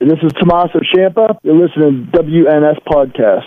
And this is Tommaso Champa. You're listening to WNS Podcast.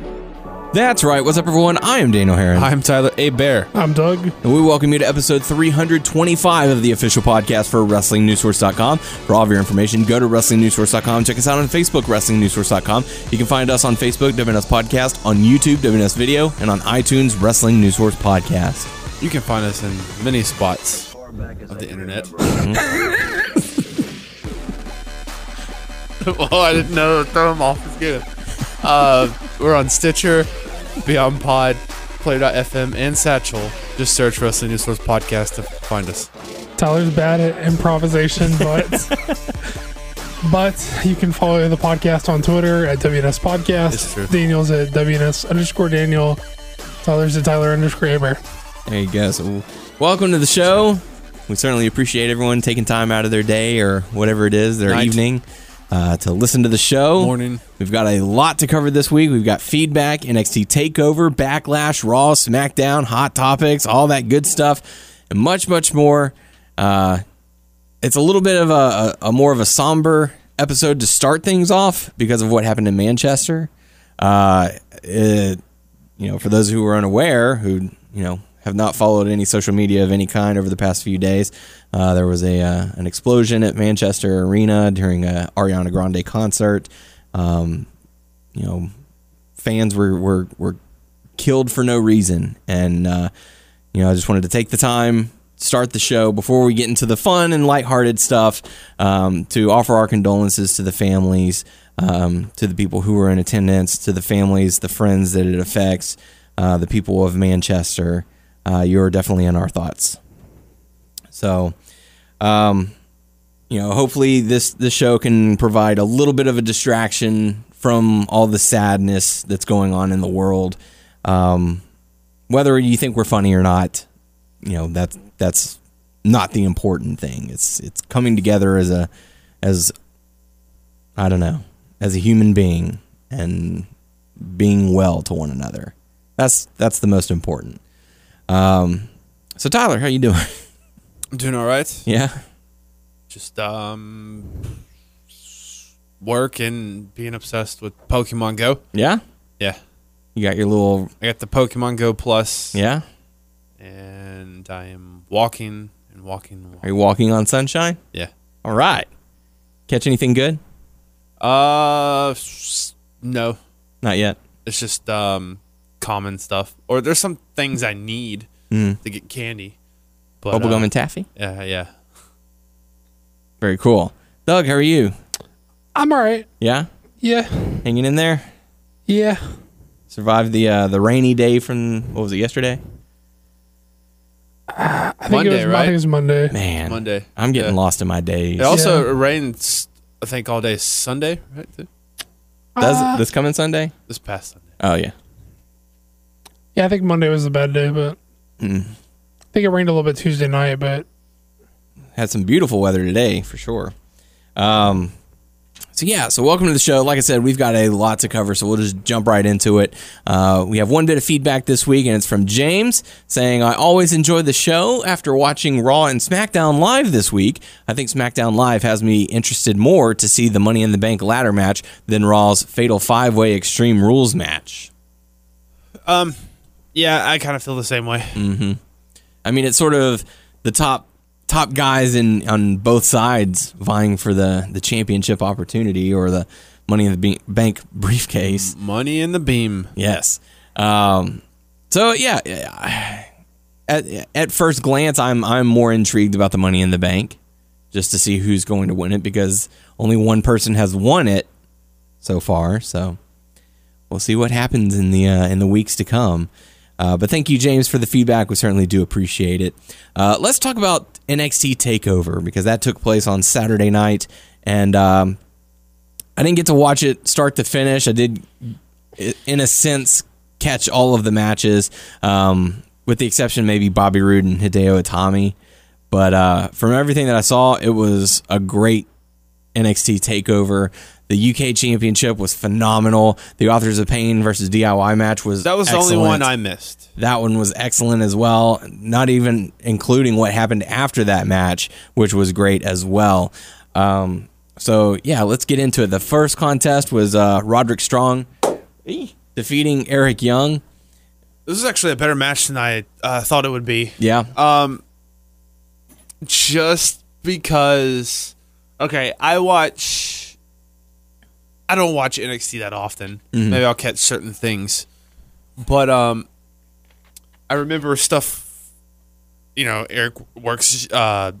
That's right. What's up, everyone? I am Daniel Herron. I'm Tyler A. Bear. I'm Doug. And we welcome you to episode 325 of the official podcast for WrestlingNewsSource.com. For all of your information, go to WrestlingNewsSource.com. Check us out on Facebook, WrestlingNewsSource.com. You can find us on Facebook, WNS Podcast, on YouTube, WNS Video, and on iTunes, Wrestling News Source Podcast. You can find us in many spots of the internet. oh, I didn't know. Throw him off his game. Uh, we're on Stitcher, Beyond Pod, Play.fm, and Satchel. Just search Wrestling News Source Podcast to find us. Tyler's bad at improvisation, but but you can follow the podcast on Twitter at WNS Podcast. It's true. Daniel's at WNS underscore Daniel. Tyler's at Tyler underscore Aber. There you go. So, welcome to the show. We certainly appreciate everyone taking time out of their day or whatever it is, their Night. evening, uh, to listen to the show. Morning. We've got a lot to cover this week. We've got feedback, NXT Takeover, Backlash, Raw, SmackDown, Hot Topics, all that good stuff, and much, much more. Uh, it's a little bit of a, a, a more of a somber episode to start things off because of what happened in Manchester. Uh, it, you know, for those who are unaware, who you know have not followed any social media of any kind over the past few days, uh, there was a uh, an explosion at Manchester Arena during a Ariana Grande concert. Um, you know, fans were were were killed for no reason, and uh, you know, I just wanted to take the time. Start the show before we get into the fun and lighthearted stuff um, to offer our condolences to the families, um, to the people who were in attendance, to the families, the friends that it affects, uh, the people of Manchester. Uh, you're definitely in our thoughts. So, um, you know, hopefully this this show can provide a little bit of a distraction from all the sadness that's going on in the world. Um, whether you think we're funny or not, you know that's that's not the important thing. It's it's coming together as a as I don't know as a human being and being well to one another. That's that's the most important. Um, so Tyler, how you doing? Doing all right. yeah. Just um, work and being obsessed with Pokemon Go. Yeah. Yeah, You got your little I got the Pokemon Go Plus. yeah. and I am walking and walking. And Are walking. you walking on sunshine? Yeah. All right. Catch anything good? Uh, s- no, Not yet. it's just um common stuff. Or there's some things I need to get candy. But, Bubblegum uh, Hmm. and taffy. Yeah, yeah. Very cool. Doug, how are you? I'm all right. Yeah. Yeah, Hanging in there. yeah. Survived the uh, the rainy day from what was it yesterday? I think Monday, it was, I right? think it was Monday. Man, Monday. I'm getting Yeah. Oh. lost in my days. It also rains. I think all day Sunday, right? Th- Does it- this coming Sunday? This past Sunday. Oh yeah. Yeah, I think Monday was a bad day, but Mm. I think it rained a little bit Tuesday night, but had some beautiful weather today for sure. Um, so yeah, so welcome to the show. Like I said, we've got a lot to cover, so we'll just jump right into it. Uh, we have one bit of feedback this week, and it's from James saying, "I always enjoy the show after watching Raw and SmackDown live this week. I think SmackDown live has me interested more to see the Money in the Bank ladder match than Raw's Fatal Five Way Extreme Rules match. Yeah, I kind of feel the same way. Hmm. I mean, it's sort of the top." Top guys in on both sides vying for the, the championship opportunity or the money in the Be- bank briefcase. Money in the beam. Yes. Um, so yeah, at at first glance, I'm I'm more intrigued about the Money in the Bank, just to see who's going to win it because only one person has won it so far. So we'll see what happens in the uh, in the weeks to come. Uh, but thank you, James, for the feedback. We certainly do appreciate it. Uh, let's talk about NXT Takeover because that took place on Saturday night, and um, I didn't get to watch it start to finish. I did, i- in a sense, catch all of the matches, um, with the exception maybe Bobby Roode and Hideo Itami. But uh, from everything that I saw, it was a great NXT takeover. The UK Championship was phenomenal. The Authors of Pain versus DIY match was That was the only excellent. one I missed. That one was excellent as well, not even including what happened after that match, which was great as well. Um, so, yeah, let's get into it. The first contest was uh, Roderick Strong defeating Eric Young. This is actually a better match than I uh, thought it would be. Yeah. just because okay i watch i don't watch nxt that often maybe i'll catch certain things but um i remember stuff you know eric works uh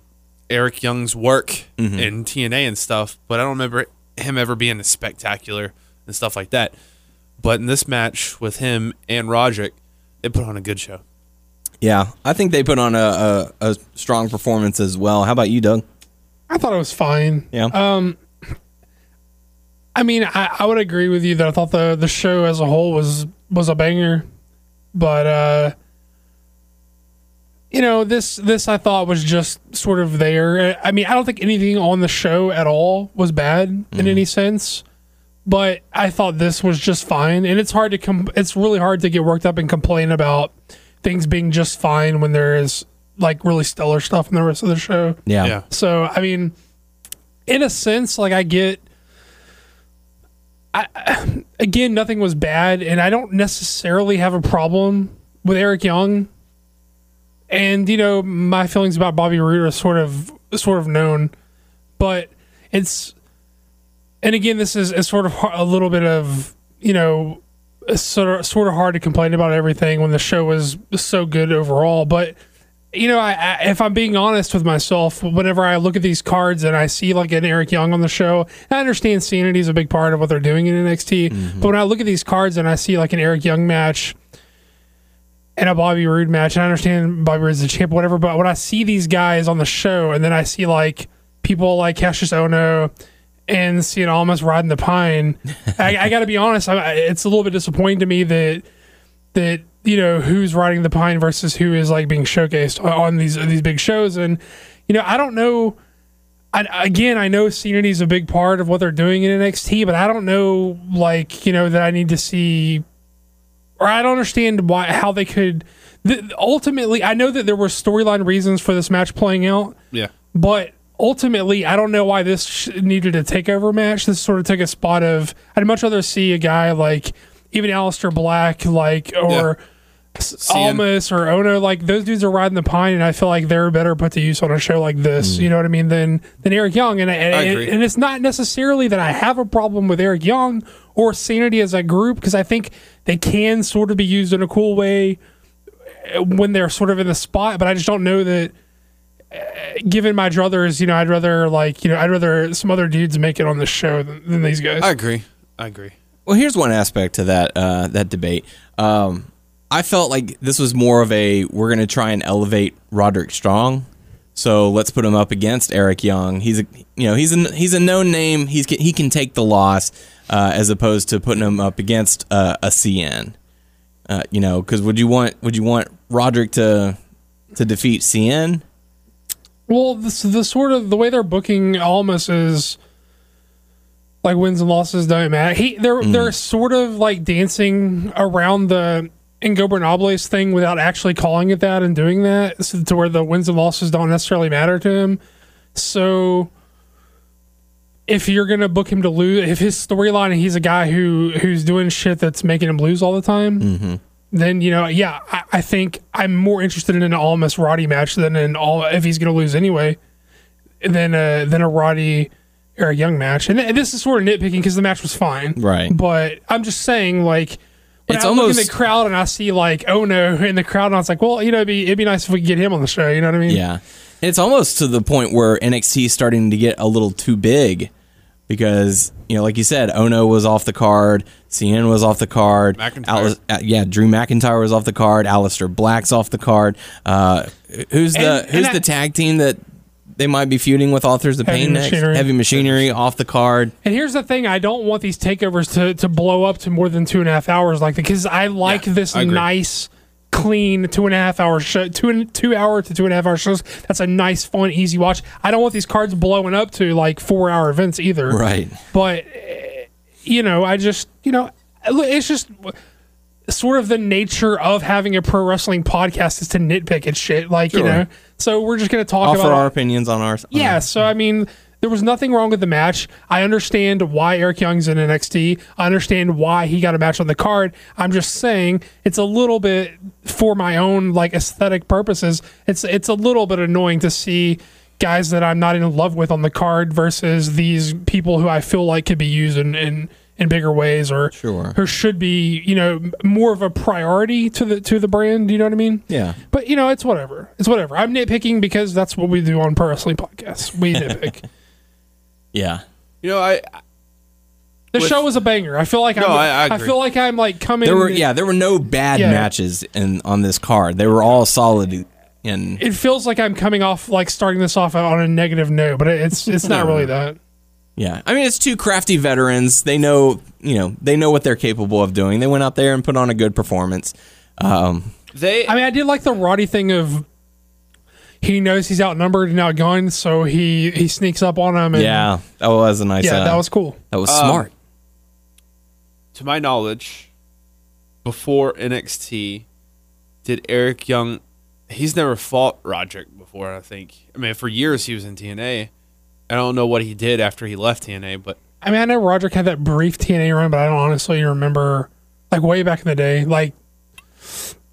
eric young's work in tna and stuff but i don't remember him ever being as spectacular and stuff like that but in this match with him and roderick they put on a good show yeah. I think they put on a, a, a strong performance as well. How about you, Doug? I thought it was fine. Um, Yeah. I mean, I, I would agree with you that I thought the the show as a whole was was a banger, but uh, you know this this I thought was just sort of there. I mean, I don't think anything on the show at all was bad in any sense, but I thought this was just fine. And it's hard to com- it's really hard to get worked up and complain about things being just fine when there is like really stellar stuff in the rest of the show. yeah. yeah So I mean, in a sense, like I get. I, again, nothing was bad, and I don't necessarily have a problem with Eric Young. And you know, my feelings about Bobby Roode are sort of sort of known, but it's and again, this is, is sort of har- a little bit of you know sort of sort of hard to complain about everything when the show was so good overall, but you know, I, I, if I'm being honest with myself, whenever I look at these cards and I see like an Eric Young on the show, I understand sanity is a big part of what they're doing in NXT. But when I look at these cards and I see like an Eric Young match and a Bobby Roode match, and I understand Bobby Roode's the champ, whatever. But when I see these guys on the show and then I see like people like Cassius Ono and seeing almost riding the pine, I, I got to be honest, I, I- it's a little bit disappointing to me that that you know who's riding the pine versus who is like being showcased o- on these these big shows and you know i don't know I, again i know scenery is a big part of what they're doing in nxt but i don't know like you know that i need to see or i don't understand why how they could th- ultimately i know that there were storyline reasons for this match playing out yeah but ultimately, I don't know why this sh- needed a takeover match. This sort of took a spot of. I'd much rather see a guy like even Alistair Black, like or him. Almas or Ono. Like those dudes are riding the pine, and I feel like they're better put to use on a show like this. You know what I mean? Than than Eric Young, and I- and, Mm. I and, agree. it's not necessarily that I have a problem with Eric Young or Sanity as a group because I think they can sort of be used in a cool way uh, when they're sort of in the spot, but I just don't know that. uh, Given my druthers, you know, I'd rather like you know, I'd rather some other dudes make it on the show than, than these guys. i agree i agree Well, here's one aspect to that uh, that debate. Um, I felt like this was more of a we're going to try and elevate Roderick Strong, so let's put him up against Eric Young. He's a you know he's a he's a known name. He's ca- he can take the loss uh, as opposed to putting him up against uh, a CN. Uh, you know, because would you want would you want Roderick to to defeat CN? Well, this the sort of the way they're booking Almas is like wins and losses don't matter. He they're they're sort of like dancing around the Ingobernables thing without actually calling it that and doing that so to where the wins and losses don't necessarily matter to him. So if you're gonna book him to lose, if his storyline and he's a guy who who's doing shit that's making him lose all the time, Mm-hmm. then you know, yeah, I, I think I'm more interested in an Almas Roddy match than an all if he's going to lose anyway, than a than a Roddy or a Young match. And, th- this is sort of nitpicking because the match was fine, Right. But I'm just saying, like, when It's I look in almost- the crowd and I see like, oh no, in the crowd, and I was like, well, you know, it'd be it'd be nice if we could get him on the show. You know what I mean? Yeah. It's almost to the point where NXT is starting to get a little too big because, you know, like you said, Ono was off the card, CN was off the card. McIntyre. Alice- uh, yeah, Drew McIntyre was off the card, Alistair Black's off the card. Uh, who's the And- who's and I- the tag team that they might be feuding with authors of Heavy pain next. Machinery. Heavy machinery off the card. And here's the thing: I don't want these takeovers to, to blow up to more than two and a half hours, like because I like Yeah, this I agree. nice, clean two and a half hour show, two and two hour to two and a half hour shows. That's a nice, fun, easy watch. I don't want these cards blowing up to like four hour events either. Right. But eh, you know, I just you know, look, it's just sort of the nature of having a pro wrestling podcast is to nitpick and shit. Like you Sure. know, so we're just gonna talk Offer about our opinions on ours. yeah, so I mean, there was nothing wrong with the match. I understand why Eric Young's in NXT. I understand why he got a match on the card. I'm just saying it's a little bit for my own like aesthetic purposes. It's it's a little bit annoying to see guys that I'm not in love with on the card versus these people who I feel like could be used in in, in bigger ways or Sure. who should be you know m- more of a priority to the to the brand. You know what I mean? Yeah. But you know, it's whatever. It's whatever. I'm nitpicking because that's what we do on pro wrestling podcasts. We nitpick. Yeah. You know, I The show was a banger. I feel like I'm, I- I agree. feel like I'm like coming. There were yeah, there were no bad Yeah. matches in on this card. They were all solid and It feels like I'm coming off like starting this off on a negative note, but it's it's not really that. yeah. I mean, it's two crafty veterans. They know, you know, they know what they're capable of doing. They went out there and put on a good performance. Um, they I mean, I did like the Roddy thing of he knows he's outnumbered and outgunned, so he he sneaks up on him. And, yeah, that was a nice. yeah, uh, that was cool. that was smart. to my knowledge, before NXT, did Eric Young? He's never fought Roderick before. I think. I mean, for years he was in TNA. I don't know what he did after he left TNA, but I mean, I know Roderick had that brief TNA run, but I don't honestly remember like way back in the day, like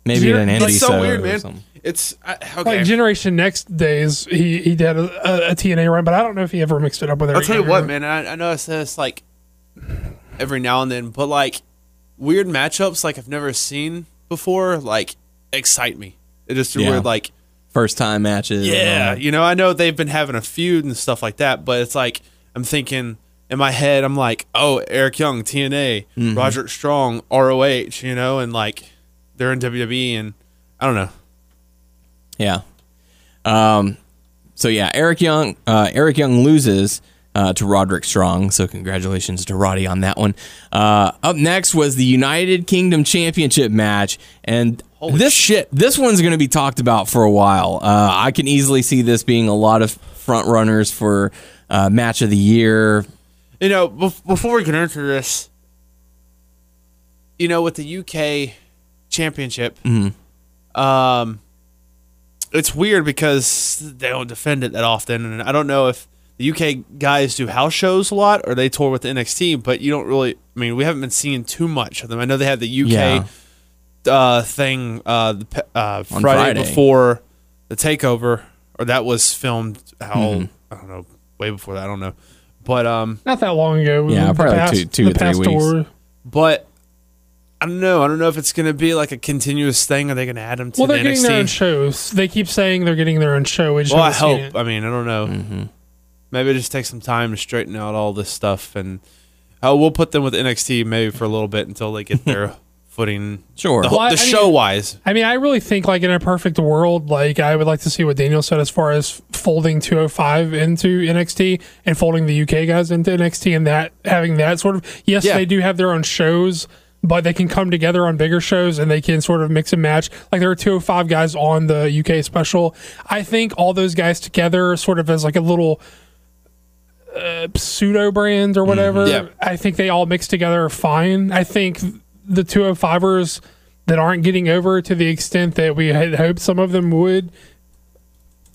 Maybe Zero- an that's Andy it's so so weird, or man. something. It's I, okay. like Generation Next days, he he did a, a, a TNA run, but I don't know if he ever mixed it up with. I'll Eric tell you Young. what, man. I, I know I said this like every now and then, but like weird matchups like I've never seen before, like excite me. It just Yeah. weird, like First time matches. and all yeah, that. you know. I know they've been having a feud and stuff like that, but it's like I'm thinking in my head, I'm like, oh, Eric Young, TNA, Roderick Strong, ROH, you know, and like they're in WWE, and I don't know. Yeah. Um, so yeah, Eric Young. Uh, Eric Young loses uh, to Roderick Strong. So congratulations to Roddy on that one. Uh, up next was the United Kingdom Championship match, and this shit. This one's going to be talked about for a while. Uh, I can easily see this being a lot of front runners for uh, match of the year. You know, bef- before we can enter this, you know, with the UK championship, Mm-hmm. um, it's weird because they don't defend it that often, and I don't know if the UK guys do house shows a lot or they tour with NXT, but you don't really. I mean, we haven't been seeing too much of them. I know they had the UK Yeah. uh, thing uh, the, pe- uh, On Friday, Friday. before the takeover, or that was filmed. How Mm-hmm. I don't know, way before that. I don't know, but um. Not that long ago. Yeah, The probably two- two the to three past weeks. tour. but I don't know. I don't know if it's going to be like a continuous thing. Are they going to add them to Well, the they're getting their own NXT? shows. They keep saying they're getting their own show. We just well, I haven't seen hope. I mean, I don't know. Mm-hmm. Maybe it just takes some time to straighten out all this stuff, and uh, we'll put them with NXT maybe for a little bit until they get their footing. Sure. The, whole- Well, I- the I mean- show wise, it. I mean, I really think like in a perfect world, like I would like to see what Daniel said as far as folding 205 into NXT and folding the UK guys into NXT and that having that sort of yes, Yeah. they do have their own shows, but they can come together on bigger shows and they can sort of mix and match. Like there are 205 guys on the UK special. I think all those guys together, sort of as like a little pseudo brand or whatever. Mm-hmm. Yeah. I think they all mix together fine. I think the 205ers that aren't getting over to the extent that we had hoped some of them would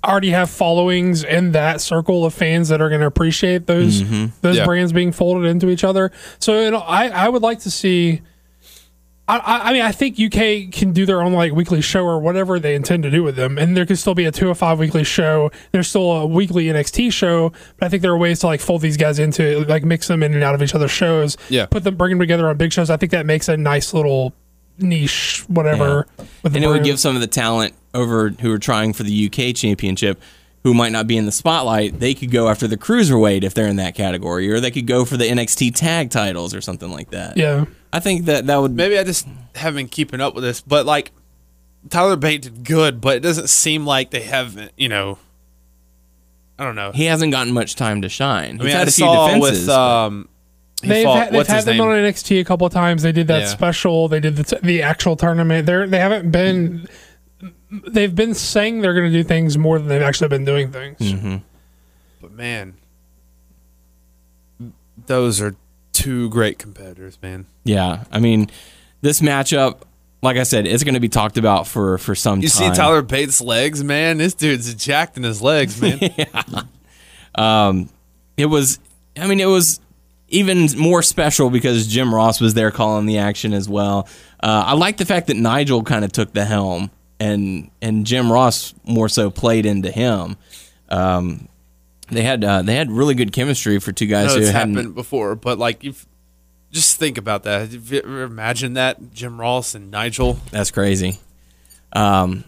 already have followings in that circle of fans that are going to appreciate those those Mm-hmm. Yeah. brands being folded into each other. So you know, I I would like to see I- I, I mean, I think UK can do their own like weekly show or whatever they intend to do with them, and there could still be a two or five weekly show. There's still a weekly NXT show, but I think there are ways to like fold these guys into like mix them in and out of each other's shows. Yeah. put them, bring them together on big shows. I think that makes a nice little niche, whatever. With the and it would brand. give some of the talent over who are trying for the UK championship who might not be in the spotlight, they could go after the cruiserweight if they're in that category, or they could go for the NXT tag titles or something like that. yeah. I think that that would maybe I just haven't been keeping up with this. But like Tyler Bate did good, but it doesn't seem like they have you know I don't know. He hasn't gotten much time to shine. He's I mean, had I a few saw defenses. with um, he They've, fought, had, they've what's had his them name? on NXT a couple of times. They did that Yeah. special. They did the, t- the actual tournament. They're they haven't been. They've been saying they're going to do things more than they've actually been doing things. But man, those are two great competitors, man. yeah, I mean, this matchup, like I said, it's going to be talked about for for some You time. see Tyler Bates' legs, man. This dude's jacked in his legs, man. It was, I mean, it was even more special because Jim Ross was there calling the action as well. Uh, I like the fact that Nigel kind of took the helm and and Jim Ross more so played into him. Um, they had uh, they had really good chemistry for two I guys know who it's hadn't. happened before, but like, if, just think about that. If you ever imagine that Jim Ross and Nigel. That's crazy. Um,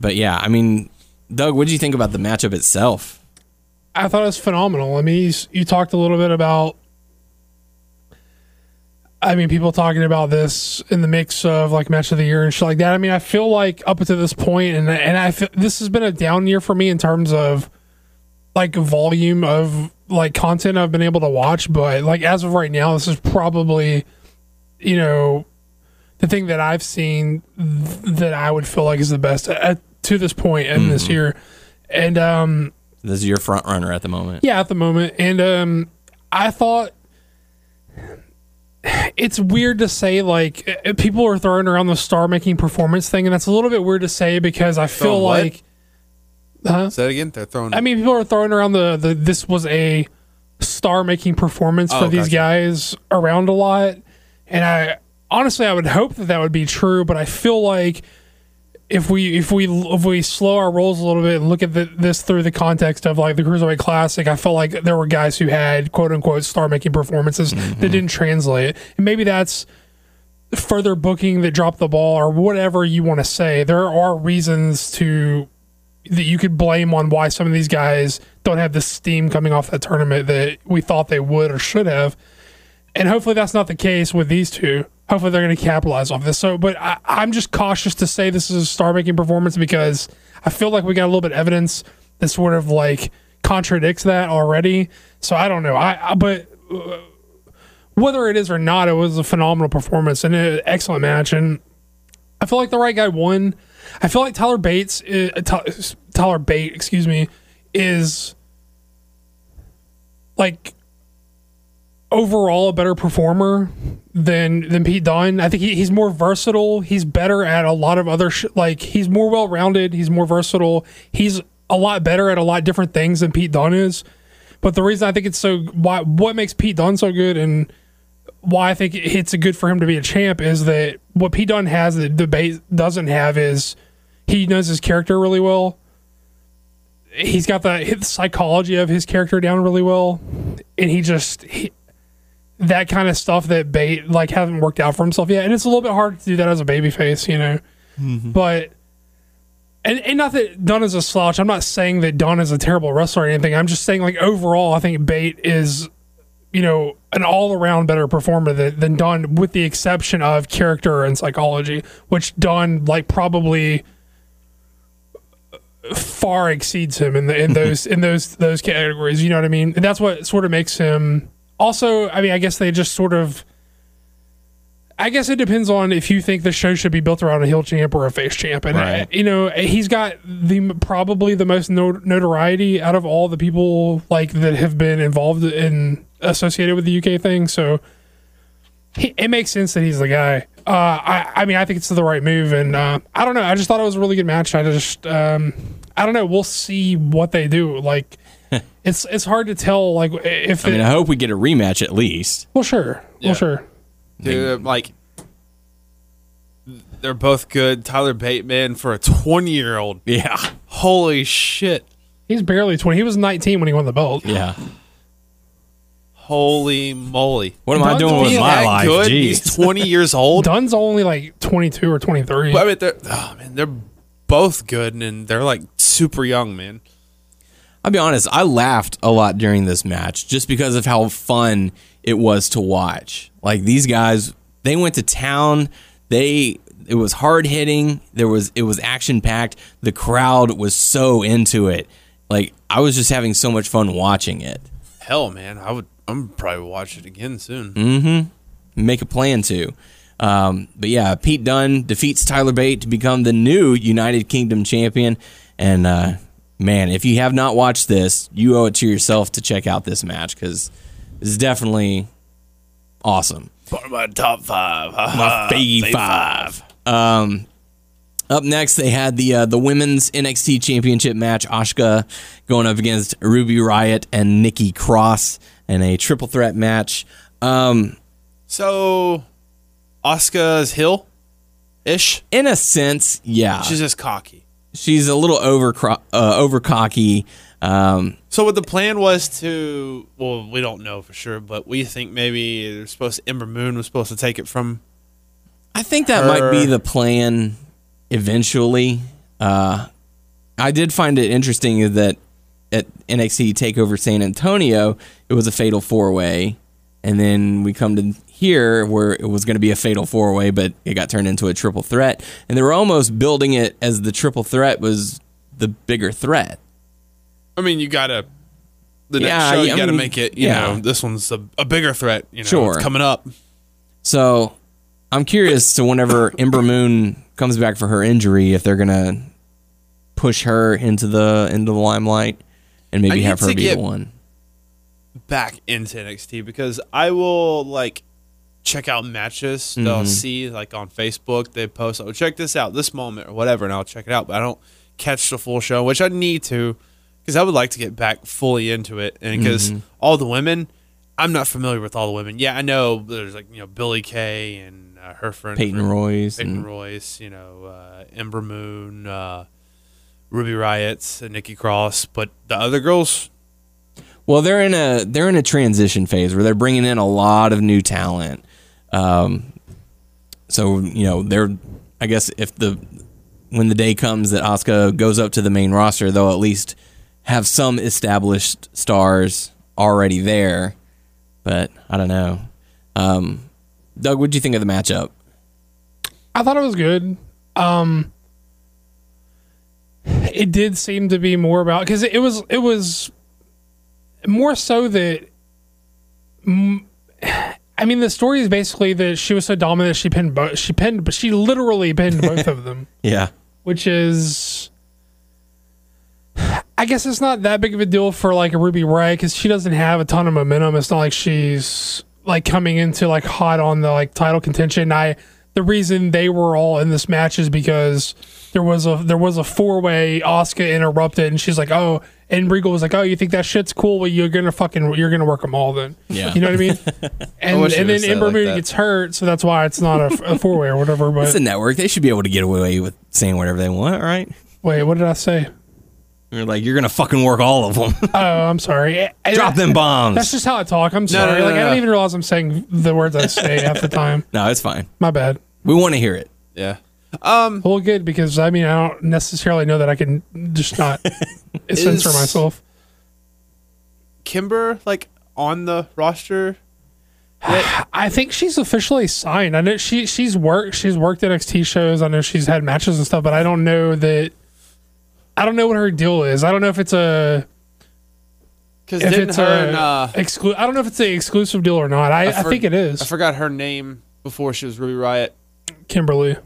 but yeah, I mean, Doug, what did you think about the matchup itself? I thought it was phenomenal. I mean, he's, you talked a little bit about. I mean, people talking about this in the mix of like match of the year and shit like that. I mean, I feel like up to this point, and and I feel this has been a down year for me in terms of like volume of like content I've been able to watch. But like as of right now, this is probably, you know, the thing that I've seen th- that I would feel like is the best at, to this point in this year. And um, This is your front runner at the moment. yeah, at the moment. And um I thought it's weird to say like uh, people are throwing around the star making performance thing and that's a little bit weird to say because I feel Throwing what? like huh? Say that again. They're throwing. I mean people are throwing around the, the this was a star making performance for Oh, these gotcha. guys around a lot and I honestly I would hope that that would be true but I feel like if we if we if we slow our rolls a little bit and look at the, this through the context of like the cruiserweight classic, I felt like there were guys who had quote unquote star making performances Mm-hmm. that didn't translate, and maybe that's further booking that dropped the ball or whatever you want to say. There are reasons to that you could blame on why some of these guys don't have the steam coming off that tournament that we thought they would or should have and hopefully that's not the case with these two. Hopefully they're going to capitalize off this. So, but I, I'm just cautious to say this is a star-making performance because I feel like we got a little bit of evidence that sort of like contradicts that already. So I don't know. I, I but uh, whether it is or not, it was a phenomenal performance and an excellent match. And I feel like the right guy won. I feel like Tyler Bates, is, Ty- Tyler Bate, excuse me, is like overall a better performer than than Pete Dunne. I think he, he's more versatile. He's better at a lot of other sh- like he's more well rounded. He's more versatile. He's a lot better at a lot of different things than Pete Dunne is. But the reason I think it's so why what makes Pete Dunne so good and why I think it's good for him to be a champ is that what Pete Dunne has that debate doesn't have is he knows his character really well. He's got the hit psychology of his character down really well, and he just he, that kind of stuff that bait like haven't worked out for himself yet. And it's a little bit hard to do that as a baby face, you know. But and, and not that Dunn is a slouch. I'm not saying that Dunn is a terrible wrestler or anything. I'm just saying like overall I think Bate is, you know, an all around better performer than, than Dunn, with the exception of character and psychology, which Dunn like probably far exceeds him in the, in those in those those categories. You know what I mean? And that's what sort of makes him. Also, I mean, I guess they just sort of. I guess it depends on if you think the show should be built around a heel champ or a face champ, and Right. you know he's got the probably the most no- notoriety out of all the people like that have been involved in associated with the UK thing. So he, it makes sense that he's the guy. Uh, I, I mean, I think it's the right move, and uh, I don't know. I just thought it was a really good match. I just, um, I don't know. We'll see what they do. Like, it's it's hard to tell. Like, if I mean, it, I hope we get a rematch at least. well, sure, well, sure. Dude, I'm like they're both good. Tyler Bateman for a 20 year old. Yeah, Holy shit. He's barely twenty. He was nineteen when he won the belt. yeah. Holy moly. What am I Dunn doing with being my that life? good? He's Jeez. 20 years old. Dunn's only like twenty two or twenty three. I mean, they're, oh, man, they're both good and they're like super young, man. I'll be honest. I laughed a lot during this match just because of how fun it was to watch. Like these guys, they went to town. They it was hard hitting. There was it was action packed. The crowd was so into it, Like I was just having so much fun watching it. Hell, man, I would. I'm probably watch it again soon. Mm. Make a plan to. Um, but yeah, Pete Dunne defeats Tyler Bate to become the new United Kingdom champion. And uh, man, if you have not watched this, you owe it to yourself to check out this match because it's definitely awesome. Part of my top five. my fave five. Um, up next, they had the uh, the women's NXT Championship match. Ashka going up against Ruby Riot and Nikki Cross in a triple threat match. Um, So, Oscar's Hill, ish. in a sense, yeah, She's just cocky. she's a little over cro- uh, over cocky. Um, So what the plan was to well, we don't know for sure, but we think maybe they're supposed to, Ember Moon was supposed to take it from I think that might be the plan eventually. Uh, I did find it interesting that at NXT Takeover San Antonio, it was a fatal four way, and then we come to here where it was going to be a fatal four way, but it got turned into a triple threat, and they were almost building it as the triple threat was the bigger threat. I mean, you gotta the next Yeah, show you I gotta mean, make it, you yeah. know, this one's a, a bigger threat, you know, Sure. it's coming up. So I'm curious to whenever Ember Moon comes back for her injury, if they're gonna push her into the into the limelight and maybe need have her to be get- the one. back into NXT because I will like check out matches. They'll Mm-hmm. see like on Facebook they post, "Oh, check this out, this moment or whatever," and I'll check it out. But I don't catch the full show, which I need to because I would like to get back fully into it. And because Mm-hmm. all the women, I'm not familiar with all the women. Yeah, I know there's like you know Billy Kay and uh, her friend Peyton Royce Peyton and- Royce, you know uh, Ember Moon. Uh, Ruby Riots and Nikki Cross, but the other girls, Well, they're in a they're in a transition phase where they're bringing in a lot of new talent. Um, so you know they're I guess if the when the day comes that Oscar goes up to the main roster, they'll at least have some established stars already there. But I don't know. Um, Doug, what do you think of the matchup? I thought it was good. Um, it did seem to be more about because it was it was more so that. mm, I mean, the story is basically that she was so dominant she pinned both. She pinned, but she literally pinned both of them, Yeah, which is. I guess it's not that big of a deal for like a Ruby Riot because she doesn't have a ton of momentum. It's not like she's like coming into like hot on the like title contention. I the reason they were all in this match is because there was a there was a four way. Oscar interrupted and she's like, "Oh," and Regal was like, "Oh, you think that shit's cool? Well, you're gonna fucking you're gonna work them all then." Yeah. you know what I mean. And wish they and would've then said it Ember like Moon that. gets hurt, so that's why it's not a, a four way or whatever. But it's a network. They should be able to get away with saying whatever they want, right? wait, what did I say? You're like you're gonna fucking work all of them. Oh, I'm sorry. I- Drop them bombs. That's just how I talk. I'm sorry. no, like no, I no. don't even realize I'm saying the words I say half the time. no, it's fine. My bad. We want to hear it. yeah, Well, good because I mean I don't necessarily know that I can just not censor myself. Kimber like on the roster? I think she's officially signed. I know she she's worked she's worked NXT shows. I know she's had matches and stuff, but I don't know that. I don't know what her deal is. I don't know if it's a Because if didn't it's her a and, uh, exclu- I don't know if it's an exclusive deal or not. I, I, for- think it is I forgot her name before she was Ruby Riot. Kimberly.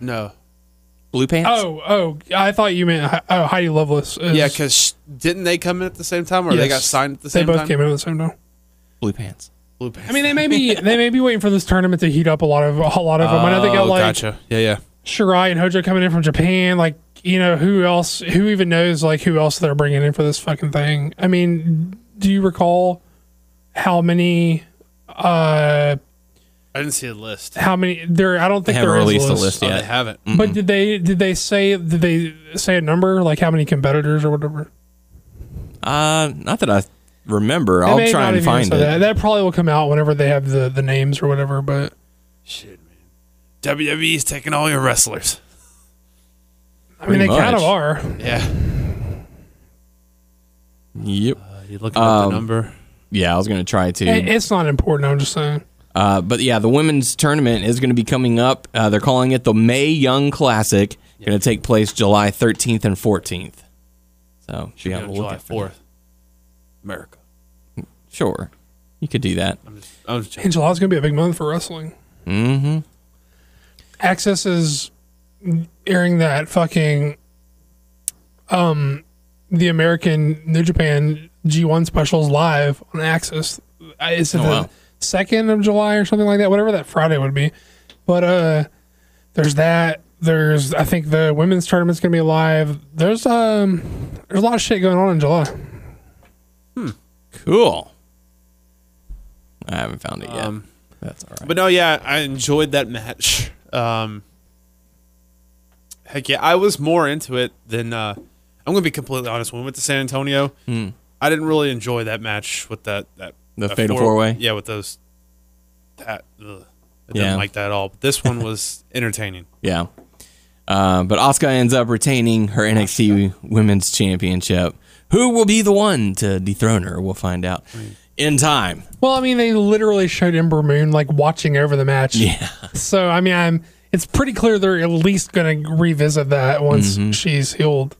No, Blue pants. Oh oh, I thought you meant Hi- oh Heidi Lovelace. Is, yeah, because didn't they come in at the same time, or they Yes. got signed at the they same both time? came in at the same time. blue pants. Blue Pants. I mean, they may be they may be waiting for this tournament to heat up a lot of a lot of them. I know they got Oh, like gotcha. Yeah, yeah. Shirai and Hojo coming in from Japan. Like, you know, who else? Who even knows like who else they're bringing in for this fucking thing? I mean, do you recall how many? uh I didn't see the list. How many? There, I don't They think haven't there is a released a list. list Oh, they yet. haven't. But did they did they say did they say a number like how many competitors or whatever? Uh, not that I remember. They I'll may try not and even find say it. That. that probably will come out whenever they have the the names or whatever. But Shit, man. WWE's taking all your wrestlers. I mean, Pretty they kind much. of are. Yeah. Yep. you looking up Um, the number? Yeah, I was gonna try to. It- it's not important. I'm just saying. Uh, but yeah, the women's tournament is going to be coming up. Uh, they're calling it the May Young Classic. Going to take place July 13th and 14th. So Should be be on the on lookout July for that. fourth. America. Sure, you could do that. I'm just, I'm just joking. And July's going to be a big month for wrestling. Mm-hmm. Access is airing that fucking um the American New Japan G1 specials live on Access. Is it the Oh, wow. second of July or something like that? Whatever that Friday would be. But uh there's that. There's I think the women's tournament's gonna be live. There's um there's a lot of shit going on in July. Cool. I haven't found it yet. Um, That's all right. But no, yeah, I enjoyed that match. Um, heck yeah, I was more into it than. Uh, I'm gonna be completely honest. When we went to San Antonio, I didn't really enjoy that match with that that Hmm. The that fatal four- four-way? Yeah, with those. That ugh, I Yeah. didn't like that at all. But this one was entertaining. Yeah. Uh, but Asuka ends up retaining her NXT Women's Championship. Who will be the one to dethrone her? We'll find out in time. Well, I mean, they literally showed Ember Moon like watching over the match. Yeah. So I mean, I'm. It's pretty clear they're at least going to revisit that once she's healed.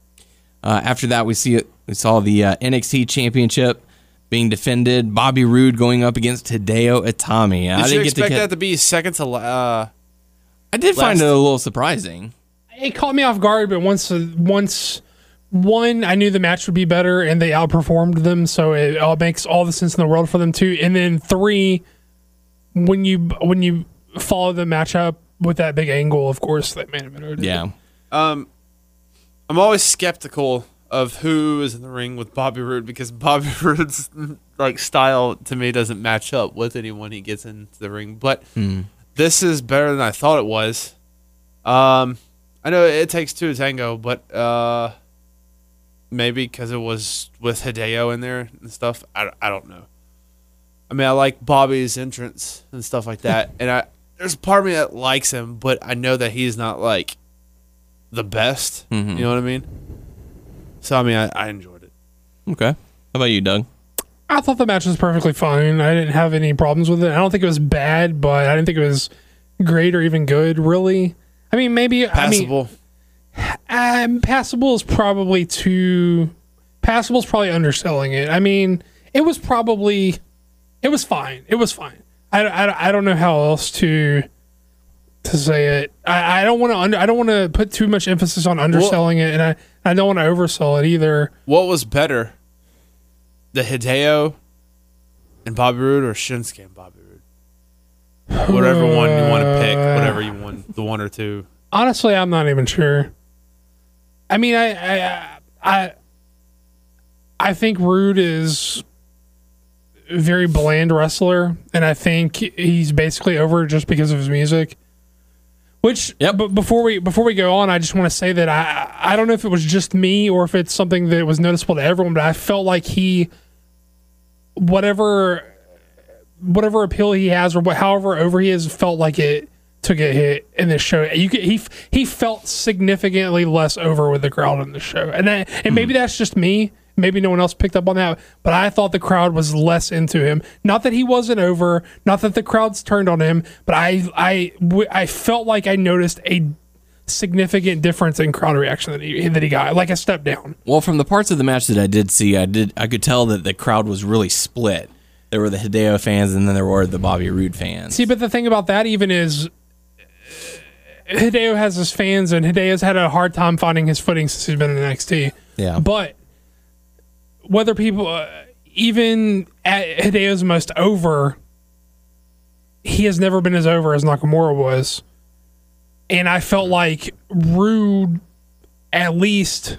Uh, after that, we see it. We saw the uh, NXT Championship being defended. Bobby Roode going up against Hideo Itami. Did I didn't you get expect to, ca- that to be second to? la- Uh, I did find last- it a little surprising. It caught me off guard, but once uh, once one, I knew the match would be better, and they outperformed them, so it all makes all the sense in the world for them too. And then three, when you when you follow the matchup with that big angle, of course that made it better. Yeah. I'm always skeptical of who is in the ring with Bobby Roode because Bobby Roode's like style to me doesn't match up with anyone he gets into the ring. But this is better than I thought it was. Um, I know it takes two to tango, but uh, maybe because it was with Hideo in there and stuff. I, I don't know. I mean, I like Bobby's entrance and stuff like that, and I there's a part of me that likes him, but I know that he's not like the best. You know what I mean? So I mean, I, I enjoyed it. Okay. How about you, Doug? I thought the match was perfectly fine. I didn't have any problems with it. I don't think it was bad, but I didn't think it was great or even good, really. I mean, maybe Passable. I mean, um, passable is probably too passable is probably underselling it. I mean, it was probably it was fine. It was fine. I, I, I don't know how else to to say it. I, I don't want to under, I don't want to put too much emphasis on underselling it, and I I don't want to oversell it either. what was better, the Hideo and Bobby Roode, or Shinsuke and Bobby Roode? Whatever one you want to pick, whatever you want, the one or two. Honestly, I'm not even sure. I mean, I, I, I, I think Rude is a very bland wrestler, and I think he's basically over just because of his music. Which, Yep. but before we before we go on, I just want to say that I I don't know if it was just me or if it's something that was noticeable to everyone, but I felt like he, whatever, whatever appeal he has or what, however over he is, felt like it took a hit in this show. You could, he he felt significantly less over with the crowd in the show, and that, and maybe that's just me. Maybe no one else picked up on that, but I thought the crowd was less into him. Not that he wasn't over, not that the crowds turned on him, but I I w- I felt like I noticed a significant difference in crowd reaction that he that he got, like a step down. Well, from the parts of the match that I did see, I did I could tell that the crowd was really split. There were the Hideo fans, and then there were the Bobby Roode fans. See, but the thing about that even is uh, Hideo has his fans, and Hideo's had a hard time finding his footing since he's been in NXT. Yeah. But whether people, uh, even at Hideo's most over, he has never been as over as Nakamura was. And I felt like Rude, at least.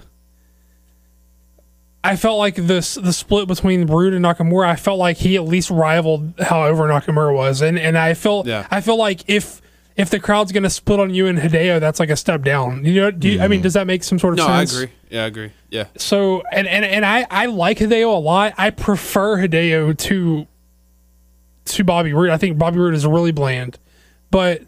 I felt like this the split between Rude and Nakamura. I felt like he at least rivaled how over Nakamura was, and and I felt Yeah. I feel like if if the crowd's gonna split on you and Hideo, that's like a step down. You know, do you, I mean, does that make some sort of Mm-hmm. No, I sense? agree. Yeah, I agree. Yeah, So and and, and I, I like Hideo a lot. I prefer Hideo to to Bobby Roode. I think Bobby Roode is really bland. But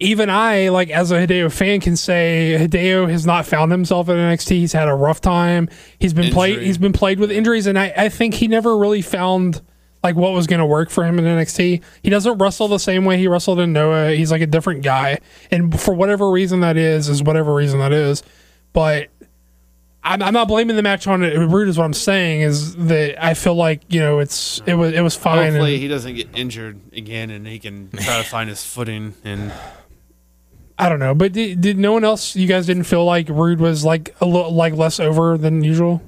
even I, like as a Hideo fan, can say Hideo has not found himself in NXT. He's had a rough time. He's been played Injury. he's been played with injuries and I, I think he never really found like what was gonna work for him in NXT. He doesn't wrestle the same way he wrestled in Noah. He's like a different guy. And for whatever reason that is, is whatever reason that is. But I'm, I'm not blaming the match on it. Rude is what I'm saying is that I feel like you know it's it was it was fine. and- Hopefully, he doesn't get injured again, and he can try to find his footing. And I don't know, but did, did no one else? You guys didn't feel like Rude was like a little like less over than usual.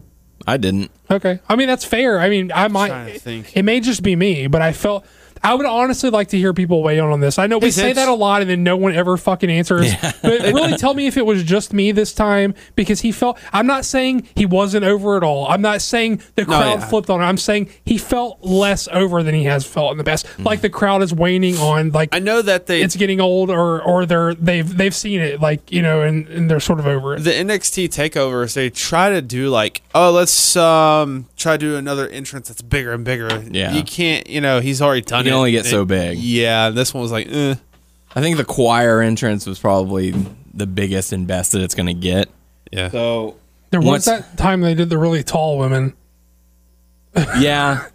I didn't. Okay, I mean that's fair. I mean I trying to might think. it may just be me, but I felt I would honestly like to hear people weigh in on this. I know we Makes say sense. that a lot and then no one ever fucking answers. But really tell me if it was just me this time because he felt I'm not saying he wasn't over at all. I'm not saying the crowd yeah. flipped on him. I'm saying he felt less over than he has felt in the past. Like the crowd is waning on like I know that they it's getting old or or they're they've they've seen it like you know and, and they're sort of over it the NXT takeovers they try to do like oh let's um try to do another entrance that's bigger and bigger. Yeah. you can't. You know he's already done it. You can only get It- so big. Yeah, this one was like eh. I think the choir entrance was probably the biggest and best that it's going to get. yeah. So there was Once- that time they did the really tall women yeah,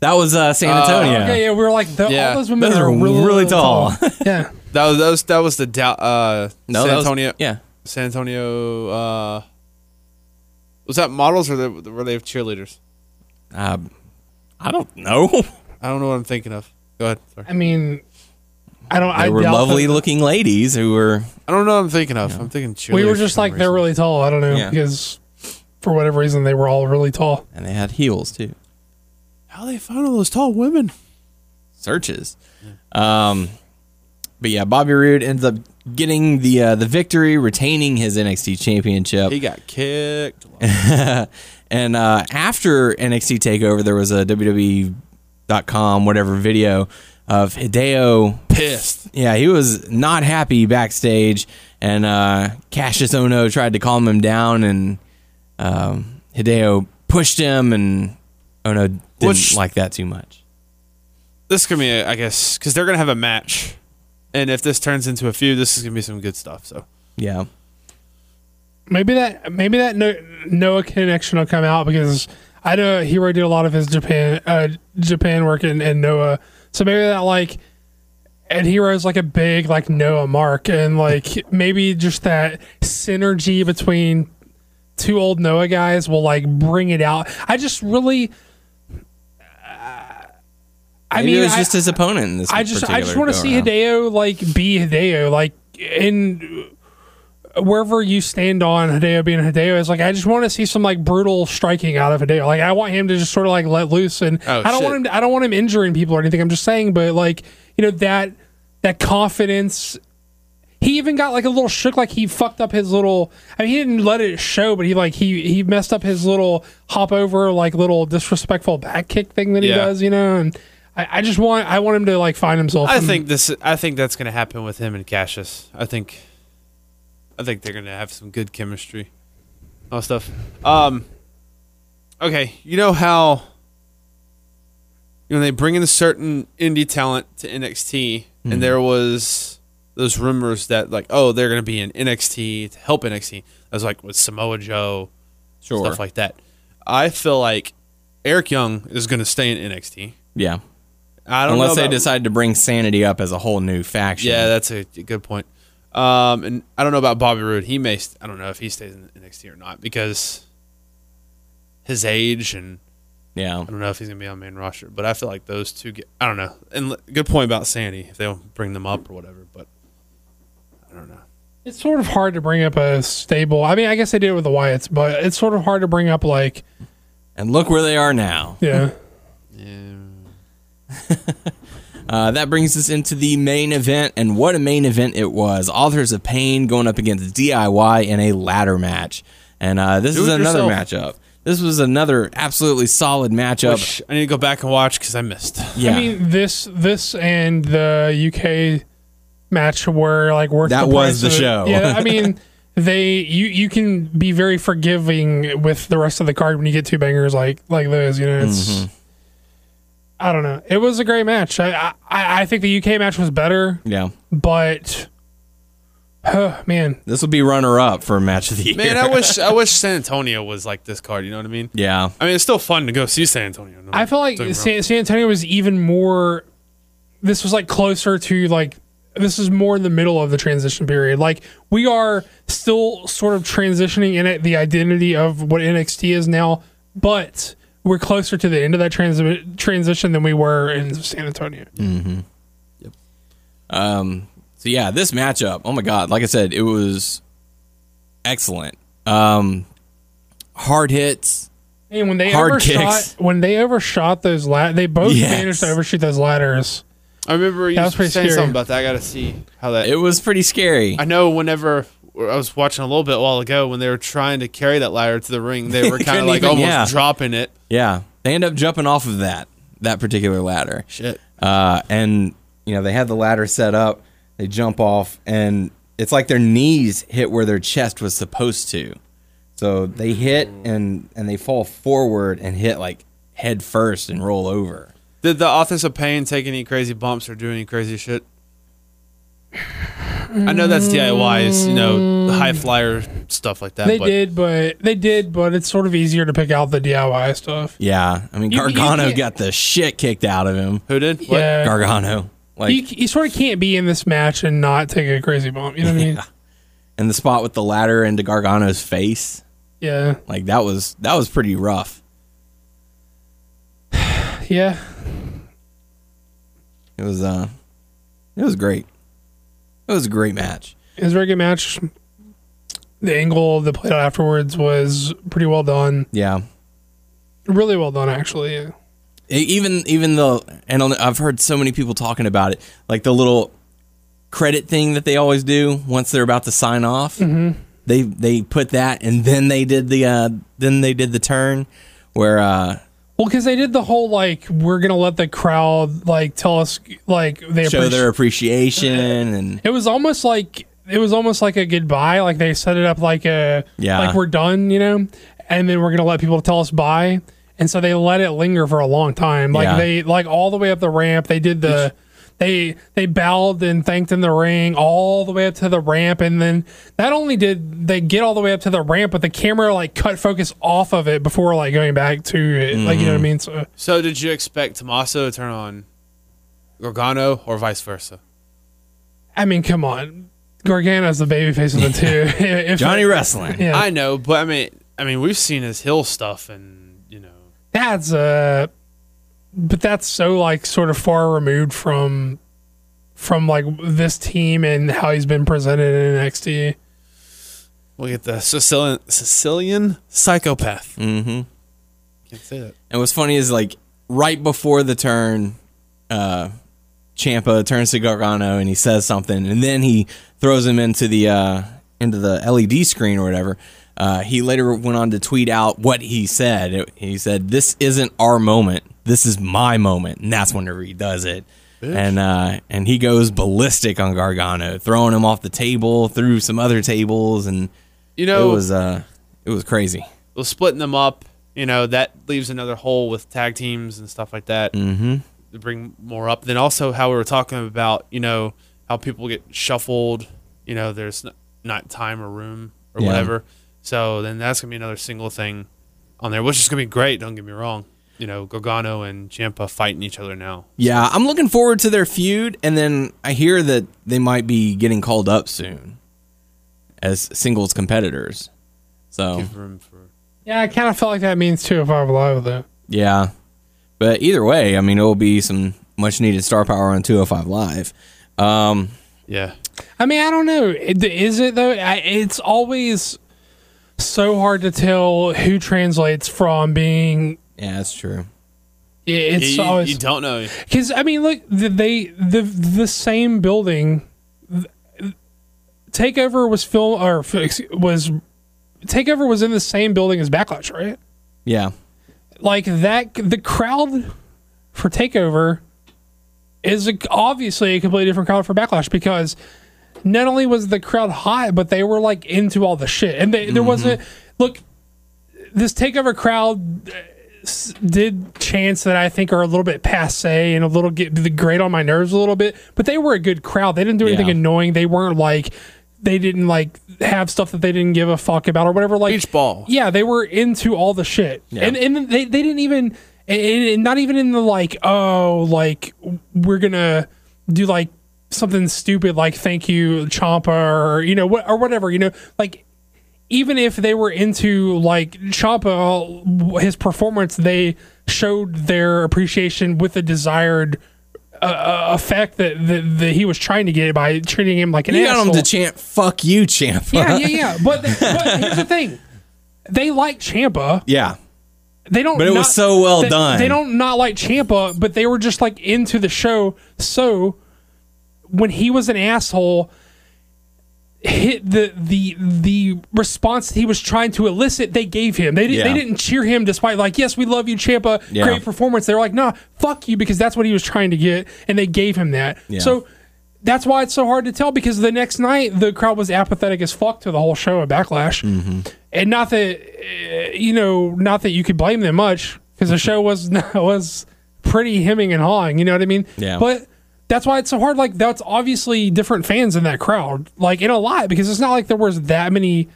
that was uh, San Antonio. Oh, yeah yeah, we were like the, Yeah. all those women Those are, are really, really tall. yeah That was that was, that was the Dow uh, No, that San was- Antonio. yeah, San Antonio. Uh, was that models or the, were they cheerleaders? Um, I don't know. I don't know what I'm thinking of. Go ahead. Sorry. I mean I don't They I were doubt lovely that- looking ladies who were. I don't know what I'm thinking of. I'm thinking cheerleaders. we were for just some like they're reason. really tall I don't know Yeah. because for whatever reason they were all really tall and they had heels too. How they found all those tall women? Searches. Um, but yeah, Bobby Roode ends up getting the uh, the victory, retaining his NXT championship. He got kicked. and uh, after NXT Takeover, there was a WWE.com whatever video of Hideo. Pissed. Yeah, he was not happy backstage, and uh, Cassius Ono tried to calm him down, and um, Hideo pushed him, and Ono didn't Which- like that too much. This could be, a, I guess, because they're gonna have a match, and if this turns into a feud, this is gonna be some good stuff. So Yeah. maybe that maybe that no, Noah connection will come out because I know Hero did a lot of his Japan uh, Japan work and, and Noah, so maybe that like and Hero's like a big like Noah mark and like maybe just that synergy between two old Noah guys will like bring it out. I just really. uh, I Maybe mean, it was I- just his opponent in this. I just I particular just want to see go-around. Hideo like be Hideo like in wherever you stand on Hideo being Hideo is like I just want to see some like brutal striking out of Hideo. Like I want him to just sort of like let loose and Oh, I don't shit. want him to, I don't want him injuring people or anything. I'm just saying but like you know that that confidence he even got like a little shook like he fucked up his little I mean he didn't let it show but he like he he messed up his little hop over like little disrespectful back kick thing that he Yeah. does, you know, and I, I just want I want him to like find himself. I and- think this. I think that's gonna happen with him and Cassius. I think. I think they're gonna have some good chemistry. All stuff. Um. Okay, you know how. You know they bring in a certain indie talent to NXT, and there was those rumors that like, oh, they're gonna be in NXT to help NXT. I was like with Samoa Joe, Sure. stuff like that. I feel like Eric Young is gonna stay in NXT. Yeah. I don't Unless know they about- decide to bring Sanity up as a whole new faction. Yeah, that's a a good point. Um, and I don't know about Bobby Roode. He may. St- I don't know if he stays in NXT or not because his age and yeah. I don't know if he's gonna be on main roster. But I feel like those two get. I don't know. And l- good point about Sandy if they don't bring them up or whatever. But I don't know. it's sort of hard to bring up a stable. I mean, I guess they did it with the Wyatts, but it's sort of hard to bring up like And look where they are now. yeah. Uh, that brings us into the main event, and what a main event it was! Authors of Pain going up against DIY in a ladder match, and uh, this Do is it another matchup. yourself. This was another absolutely solid matchup. Which I need to go back and watch because I missed. yeah, I mean this this and the UK match were like worth That the price was the of it. show. Yeah, I mean they you you can be very forgiving with the rest of the card when you get two bangers like like those. You know, it's Mm-hmm. I don't know. It was a great match. I I, I think the UK match was better, yeah, but oh man, this will be runner up for match of the year. Man, I wish I wish San Antonio was like this card. You know what I mean? yeah, I mean, it's still fun to go see San Antonio. I feel like Don't get me wrong. San, San Antonio was even more. This was like closer to like this is more in the middle of the transition period. Like we are still sort of transitioning in it the identity of what NXT is now, but we're closer to the end of that transi- transition than we were in San Antonio. So yeah, this matchup. Oh my god! Like I said, it was excellent. Um, hard hits. And when they Hard overshot, kicks. when they overshot those la- they both Yes. managed to overshoot those ladders. I remember you That was pretty saying scary. something about that. I gotta see how that. It was pretty scary. I know whenever I was watching a little bit while ago when they were trying to carry that ladder to the ring, they were kind couldn't of like even- almost yeah. dropping it. Yeah, they end up jumping off of that that particular ladder. Shit. Uh, and you know they had the ladder set up. They jump off, and it's like their knees hit where their chest was supposed to. So they hit and and they fall forward and hit like head first and roll over. Did the Office of Pain take any crazy bumps or do any crazy shit? I know that's DIYs, you know, the high flyer stuff like that. Mm. They but did, but they did, but it's sort of easier to pick out the DIY stuff. Yeah, I mean You- you Gargano can't- got the shit kicked out of him. Who did? What? Yeah. Gargano, like you, you sort of can't be in this match and not take a crazy bump. You know what I mean? and the spot with the ladder into Gargano's face, Yeah. like that was that was pretty rough. Yeah. It was uh, it was great. It was a great match. It was a very good match. The angle that played out afterwards was pretty well done. Yeah, Really well done, actually. Yeah. E- even even the and on- I've heard so many people talking about it, like the little credit thing that they always do once they're about to sign off. They they put that and then they did the uh, then they did the turn where uh, Well, because they did the whole like we're gonna let the crowd like tell us like they show appreciate. their appreciation and it was almost like it was almost like a goodbye. Like they set it up like a Yeah. like we're done, you know, and then we're gonna let people tell us bye. And so they let it linger for a long time. Like Yeah. they like all the way up the ramp. They did the they they bowed and thanked in the ring all the way up to the ramp and then not only did they get all the way up to the ramp but the camera like cut focus off of it before like going back to it like you Mm-hmm. know what i mean so So did you expect Tommaso to turn on Gargano or vice versa? i mean come on gargano's the baby face of the two If- Johnny wrestling. yeah. I know, but I mean, I mean, we've seen his hill stuff, and you know, that's uh but that's so like sort of far removed from from like this team and how he's been presented in NXT. look at the Sicilian Sicilian psychopath. Mm. Mm-hmm. Can't say that. And what's funny is like right before the turn, uh, Champa turns to Gargano and he says something, and then he throws him into the uh, into the LED screen or whatever. Uh, he later went on to tweet out what he said. It- he said, "This isn't our moment. This is my moment," and that's whenever he does it. And uh, and he goes ballistic on Gargano, throwing him off the table, through some other tables, and You it know, was uh, it was crazy. well, splitting them up, you know, that leaves another hole with tag teams and stuff like that mm-hmm. to bring more up. Then also how we were talking about, you know, how people get shuffled. You know, there's n- not time or room or Yeah. whatever. So then that's gonna be another single thing on there, which is gonna be great. Don't get me wrong. You know, Gargano and Champa fighting each other now. Yeah, I'm looking forward to their feud, and then I hear that they might be getting called up soon as singles competitors. So Give room for Yeah, I kind of felt like that means too if I were live though. yeah, but either way, I mean it will be some much needed star power on 205 Live. Um, yeah. I mean, I don't know. It- Is it though? I, it's always so hard to tell who translates from being. yeah, that's true. It's You, you- always you don't know. Because I mean, look, th- they the the same building. th- Takeover was film or f- ex- was Takeover was in the same building as Backlash, right? Yeah, Like that, the crowd for Takeover is a, obviously a completely different crowd for Backlash because not only was the crowd hot, but they were like into all the shit, and they, there wasn't look. This Takeover crowd uh, did chants that I think are a little bit passe and a little get the grate on my nerves a little bit, but they were a good crowd. They didn't do anything Yeah. annoying. They weren't like they didn't like have stuff that they didn't give a fuck about or whatever. Like Beach ball. Yeah, they were into all the shit, and and they they didn't even and, and not even in the like oh like we're gonna do like something stupid like "Thank you, Champa" or you know what or whatever. You know, like even if they were into like Champa, his performance, they showed their appreciation with the desired. Uh, uh, effect that, that that he was trying to get by treating him like an You got asshole. him to chant "fuck you, Champ." Yeah, yeah, yeah. But, but here's the thing: they like Champa. yeah. They don't. But it was not- so well they- done. They don't not like Champa, but they were just like into the show. So when he was an asshole, hit the the the response he was trying to elicit, they gave him. They didn't. Yeah. They didn't cheer him, despite like, yes, we love you, Champa. Yeah. Great performance. They were like, nah, fuck you, because that's what he was trying to get, and they gave him that. Yeah. So. That's why it's so hard to tell because the next night the crowd was apathetic as fuck to the whole show at Backlash Mm-hmm. and not that uh, you know, not that you could blame them much because the Mm-hmm. show was was pretty hemming and hawing. You know what I mean? Yeah. But that's why it's so hard. Like that's obviously different fans in that crowd, like in a lot, because it's not like there was that many.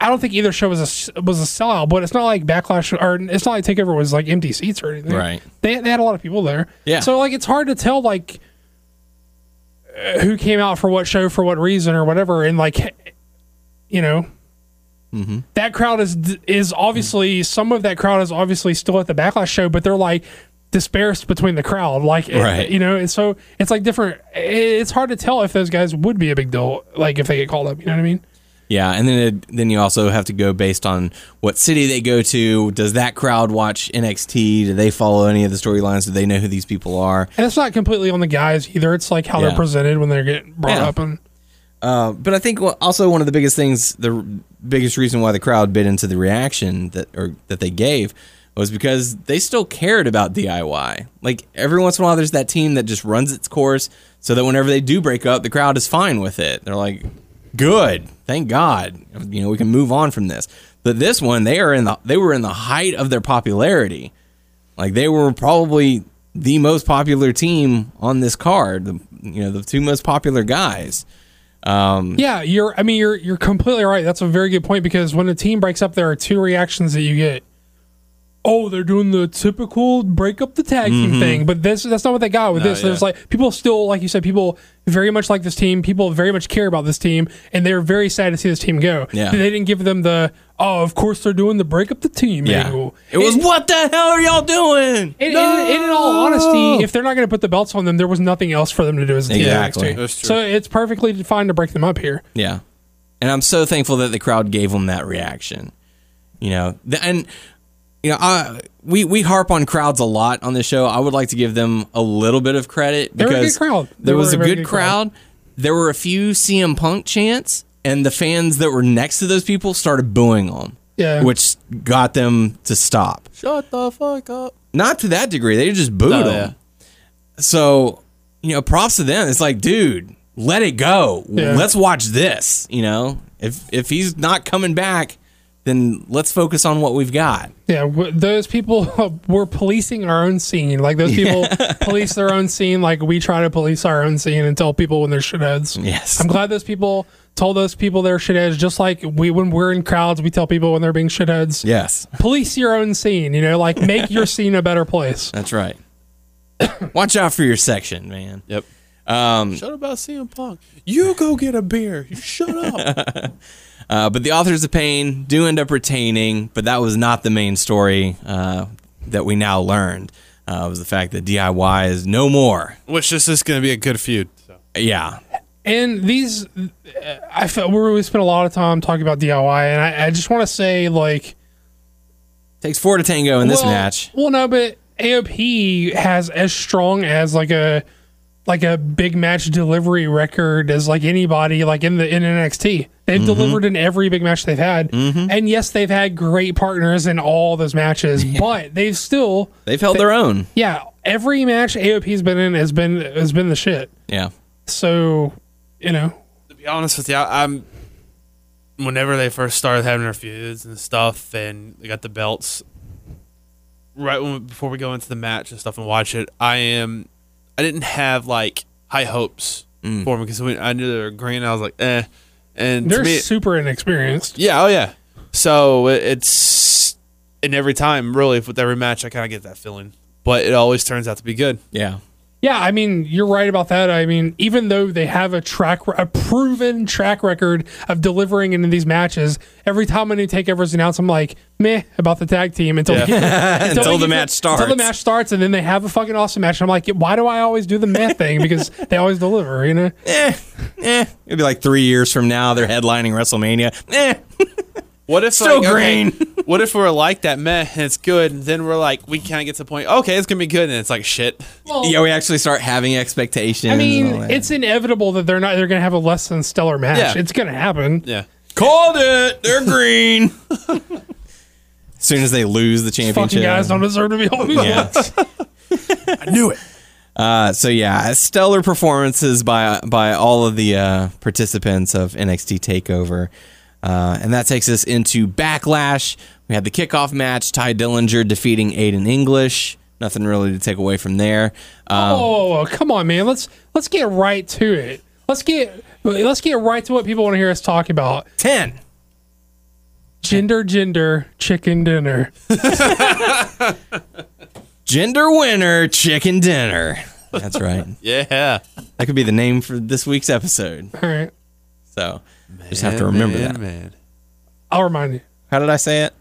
I don't think either show was a was a sellout, but it's not like backlash or it's not like takeover was like empty seats or anything. Right. They, they had a lot of people there. Yeah. So like it's hard to tell like uh, who came out for what show for what reason or whatever, and like you know Mm-hmm. that crowd is is obviously some of that crowd is obviously still at the backlash show, but they're like dispersed between the crowd, like Right. you know. And so it's like different. It's hard to tell if those guys would be a big deal, like if they get called up. You know what I mean? Yeah, and then it, then you also have to go based on what city they go to. Does that crowd watch NXT? Do they follow any of the storylines? Do they know who these people are? And it's not completely on the guys either. It's like how Yeah. they're presented when they're getting brought Yeah. up, and Uh, but I think wha- also one of the biggest things, the r- biggest reason why the crowd bit into the reaction that or that they gave was because they still cared about DIY. Like every once in a while, there's that team that just runs its course, so that whenever they do break up, the crowd is fine with it. They're like, "Good, thank God, you know, we can move on from this." But this one, they are in the they were in the height of their popularity. Like they were probably the most popular team on this card. The, you know, the two most popular guys. Um, yeah, you're. I mean, you're you're completely right. That's a very good point because when a team breaks up, there are two reactions that you get. Oh, they're doing the typical break up the tag Mm-hmm. team thing, but this that's not what they got with this. There's like people still, like you said, people very much like this team. People very much care about this team, and they're very sad to see this team go. Yeah. They didn't give them the oh, of course they're doing the break up the team. angle." It was, what the hell are y'all doing? And, and- and in all honesty, if they're not going to put the belts on them, there was nothing else for them to do as a team. in Exactly. NXT. That's true. So it's perfectly fine to break them up here. Yeah. And I'm so thankful that the crowd gave them that reaction. You know, Th- and, you know, I, we, we harp on crowds a lot on this show. I would like to give them a little bit of credit They were a good because crowd. They there was were a a very good good crowd. crowd. There were a few CM Punk chants, and the fans that were next to those people started booing them. Yeah. Which got them to stop. Shut the fuck up. not to that degree. They just booed No, him. So, you know, props to them. It's like, dude, let it go. Yeah. Let's watch this. You know, if if he's not coming back, then let's focus on what we've got. Yeah, w- those people were policing our own scene. Like those people police their own scene. Like we try to police our own scene and tell people when they're shitheads. Yes. I'm glad those people told those people they're shitheads. Just like we, when we're in crowds, we tell people when they're being shitheads. Yes, Police your own scene. You know, like make your scene a better place. that's right. Watch out for your section, man. Yep. Um, Shut about CM Punk. You go get a beer. You shut up. Uh, but the authors of pain do end up retaining, but that was not the main story uh, that we now learned. Uh, was the fact that DIY is no more. Which this is going to be a good feud. So. Yeah, And these, I felt we we spent a lot of time talking about DIY, and I, I just want to say like takes four to tango in this well, match. Well, no, but AOP has as strong as like a like a big match delivery record as like anybody like in the in NXT. Mm-hmm. They've delivered in every big match they've had, and yes, they've had great partners in all those matches, but they've still They've held their own. yeah every match AOP's been in has been has been the shit. Yeah. So you know To be honest with you, I- I'm. Whenever they first started having their feuds and stuff, and they got the belts, right when, before we go into the match and stuff and watch it, I am. I didn't have like high hopes for them because I knew they were green. I was like, eh. And to they're me- super inexperienced. Yeah, oh yeah. So it- it's and every time really with every match I kind of get that feeling, but it always turns out to be good. Yeah. Yeah, I mean, you're right about that. I mean, even though they have a track, a proven track record of delivering in these matches, every time a new takeover is announced, I'm like, meh about the tag team until Until they the get match starts. Until the match starts, and then they have a fucking awesome match. And I'm like, why do I always do the meh thing? Because they always deliver, you know. Eh, eh. It'd be like three years from now, they're headlining WrestleMania. Eh. What if Still like, okay, green. what if we're like that? Meh, and it's good. And then we're like, we can't get to the point. Okay, it's gonna be good, and it's like shit. yeah, we actually start having expectations. I and all mean, that. it's inevitable that they're not. They're going to have a less than stellar match. Yeah. It's going to happen. Yeah, called it. They're green. as soon as they lose the championship, Fucking guys don't deserve to be on. Yeah. I knew it. Uh, so yeah, stellar performances by by all of the uh, participants of NXT Takeover, uh, and that takes us into Backlash. We had the kickoff match: Ty Dillinger defeating Aiden English. Nothing really to take away from there. Uh, Oh, come on, man. Let's let's get right to it. Let's get let's get right to what people want to hear us talk about. Ten. Gender, gender, chicken dinner. Gender winner, chicken dinner. That's right. Yeah, That could be the name for this week's episode. All right, So just have to remember man, that. man. I'll remind you. How did I say it?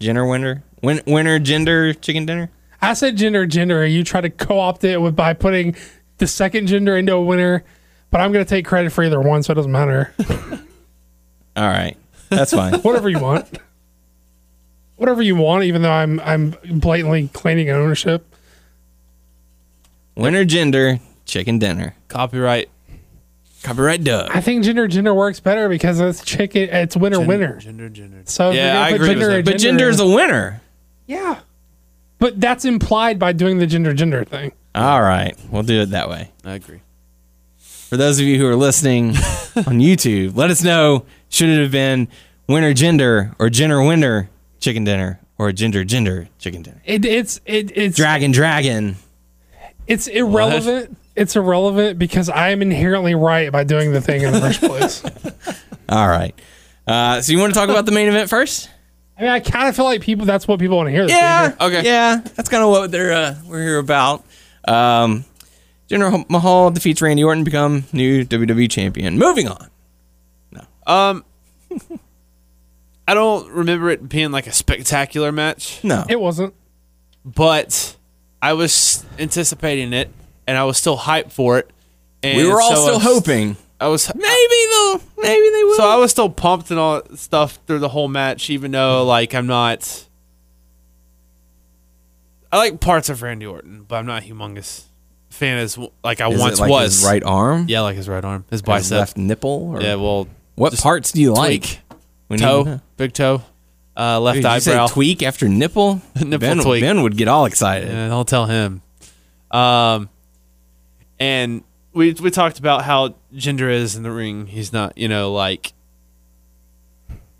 Gender winner? Win- winner, gender, chicken dinner? I said gender, gender, and you try to co-opt it with by putting the second gender into a winner. But I'm going to take credit for either one, so it doesn't matter. All right. That's fine. Whatever you want. Whatever you want, even though I'm I'm blatantly claiming ownership. winner, gender, chicken dinner. Copyright. Copyright Doug. I think gender, gender works better because it's chicken. It's winner, winner. Gender, gender. So if Yeah, you're gonna I put agree with that. and But gender is a winner. Yeah. But that's implied by doing the gender gender thing. All right. We'll do it that way. I agree. For those of you who are listening on YouTube, let us know should it have been winner, gender, or gender, winner, chicken dinner, or gender, gender, chicken dinner. It, it's it, it's Dragon, dragon. it's irrelevant. It's irrelevant because I am inherently right by doing the thing in the first place. All right. Uh, so you want to talk about the main event first? I mean, I kind of feel like people. That's what people want to hear. This Yeah. week. Okay. Yeah, that's kind of what they're uh, we're here about. Um, General Mahal defeats Randy Orton, become new WWE champion. Moving on. Um, I don't remember it being like a spectacular match, No. It wasn't. but I was anticipating it, and I was still hyped for it. And we were all so I still was- hoping. I was Maybe they'll. Maybe they will. So I was still pumped and all that stuff through the whole match, even though like I'm not. I like parts of Randy Orton, but I'm not a humongous fan as like I Is it once like was. his right arm. Yeah, like his right arm, his Or His bicep. left nipple. Or Yeah, well, what just parts do you tweak. like? We need to toe, know. big toe, uh, left Did Mm-hmm. you eyebrow. say tweak after nipple? Nipple ben, tweak. Ben would get all excited. Yeah, don't tell him. Um, and we we talked about how Jinder is in the ring. He's not, you know, like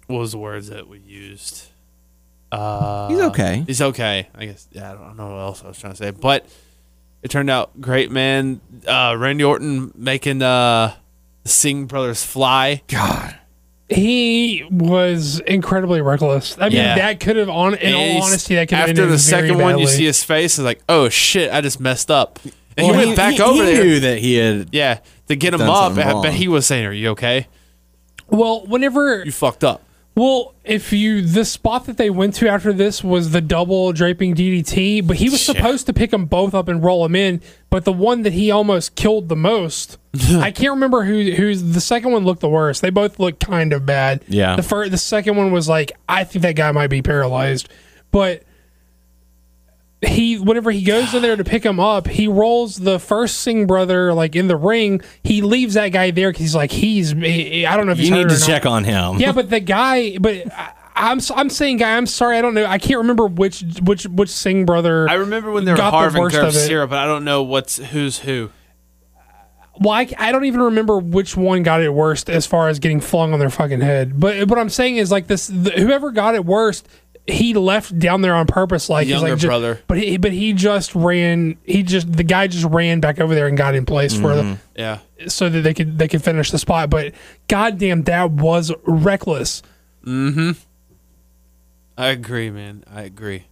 what was the words that we used? Uh, He's okay. He's okay. I guess. Yeah, I don't, I don't know what else I was trying to say, but it turned out great, man. Uh, Randy Orton making uh, the Singh brothers fly. God. He was incredibly reckless. I mean, Yeah. that could have on in And all he's- honesty, that could have after ended the very second one, you badly. see his face. It's like, oh shit, I just messed up. And Well, he went back over he there. knew that he had. Yeah, to get him done up. something I wrong. bet he was saying, "Are you okay? Well, whenever You fucked up." Well, if you the spot that they went to after this was the double draping DDT, but he was supposed to pick them both up and roll them in, but the one that he almost killed the most, I can't remember who who's the second one looked the worst. They both looked kind of bad. Yeah. The first, the second one was like, I think that guy might be paralyzed, but he whenever he goes in there to pick him up, he rolls the first Singh brother like in the ring. He leaves that guy there because he's like he's I don't know if he's You need hurt or to not. check on him. Yeah, but the guy, but I, I'm s- I'm saying guy, I'm sorry, I don't know, I can't remember which which which Singh brother. I remember when they were Got the Harv and worst Curve of it. Sierra, but I don't know what's who's who. well, I, I don't even remember which one got it worst as far as getting flung on their fucking head. But what I'm saying is like this, the, whoever got it worst. He left down there on purpose, like he's Younger like, ju- brother. But he, but he just ran. He just the guy just ran back over there and got in place for the Yeah, so that they could they could finish the spot. But goddamn, that was reckless. I agree, man. I agree.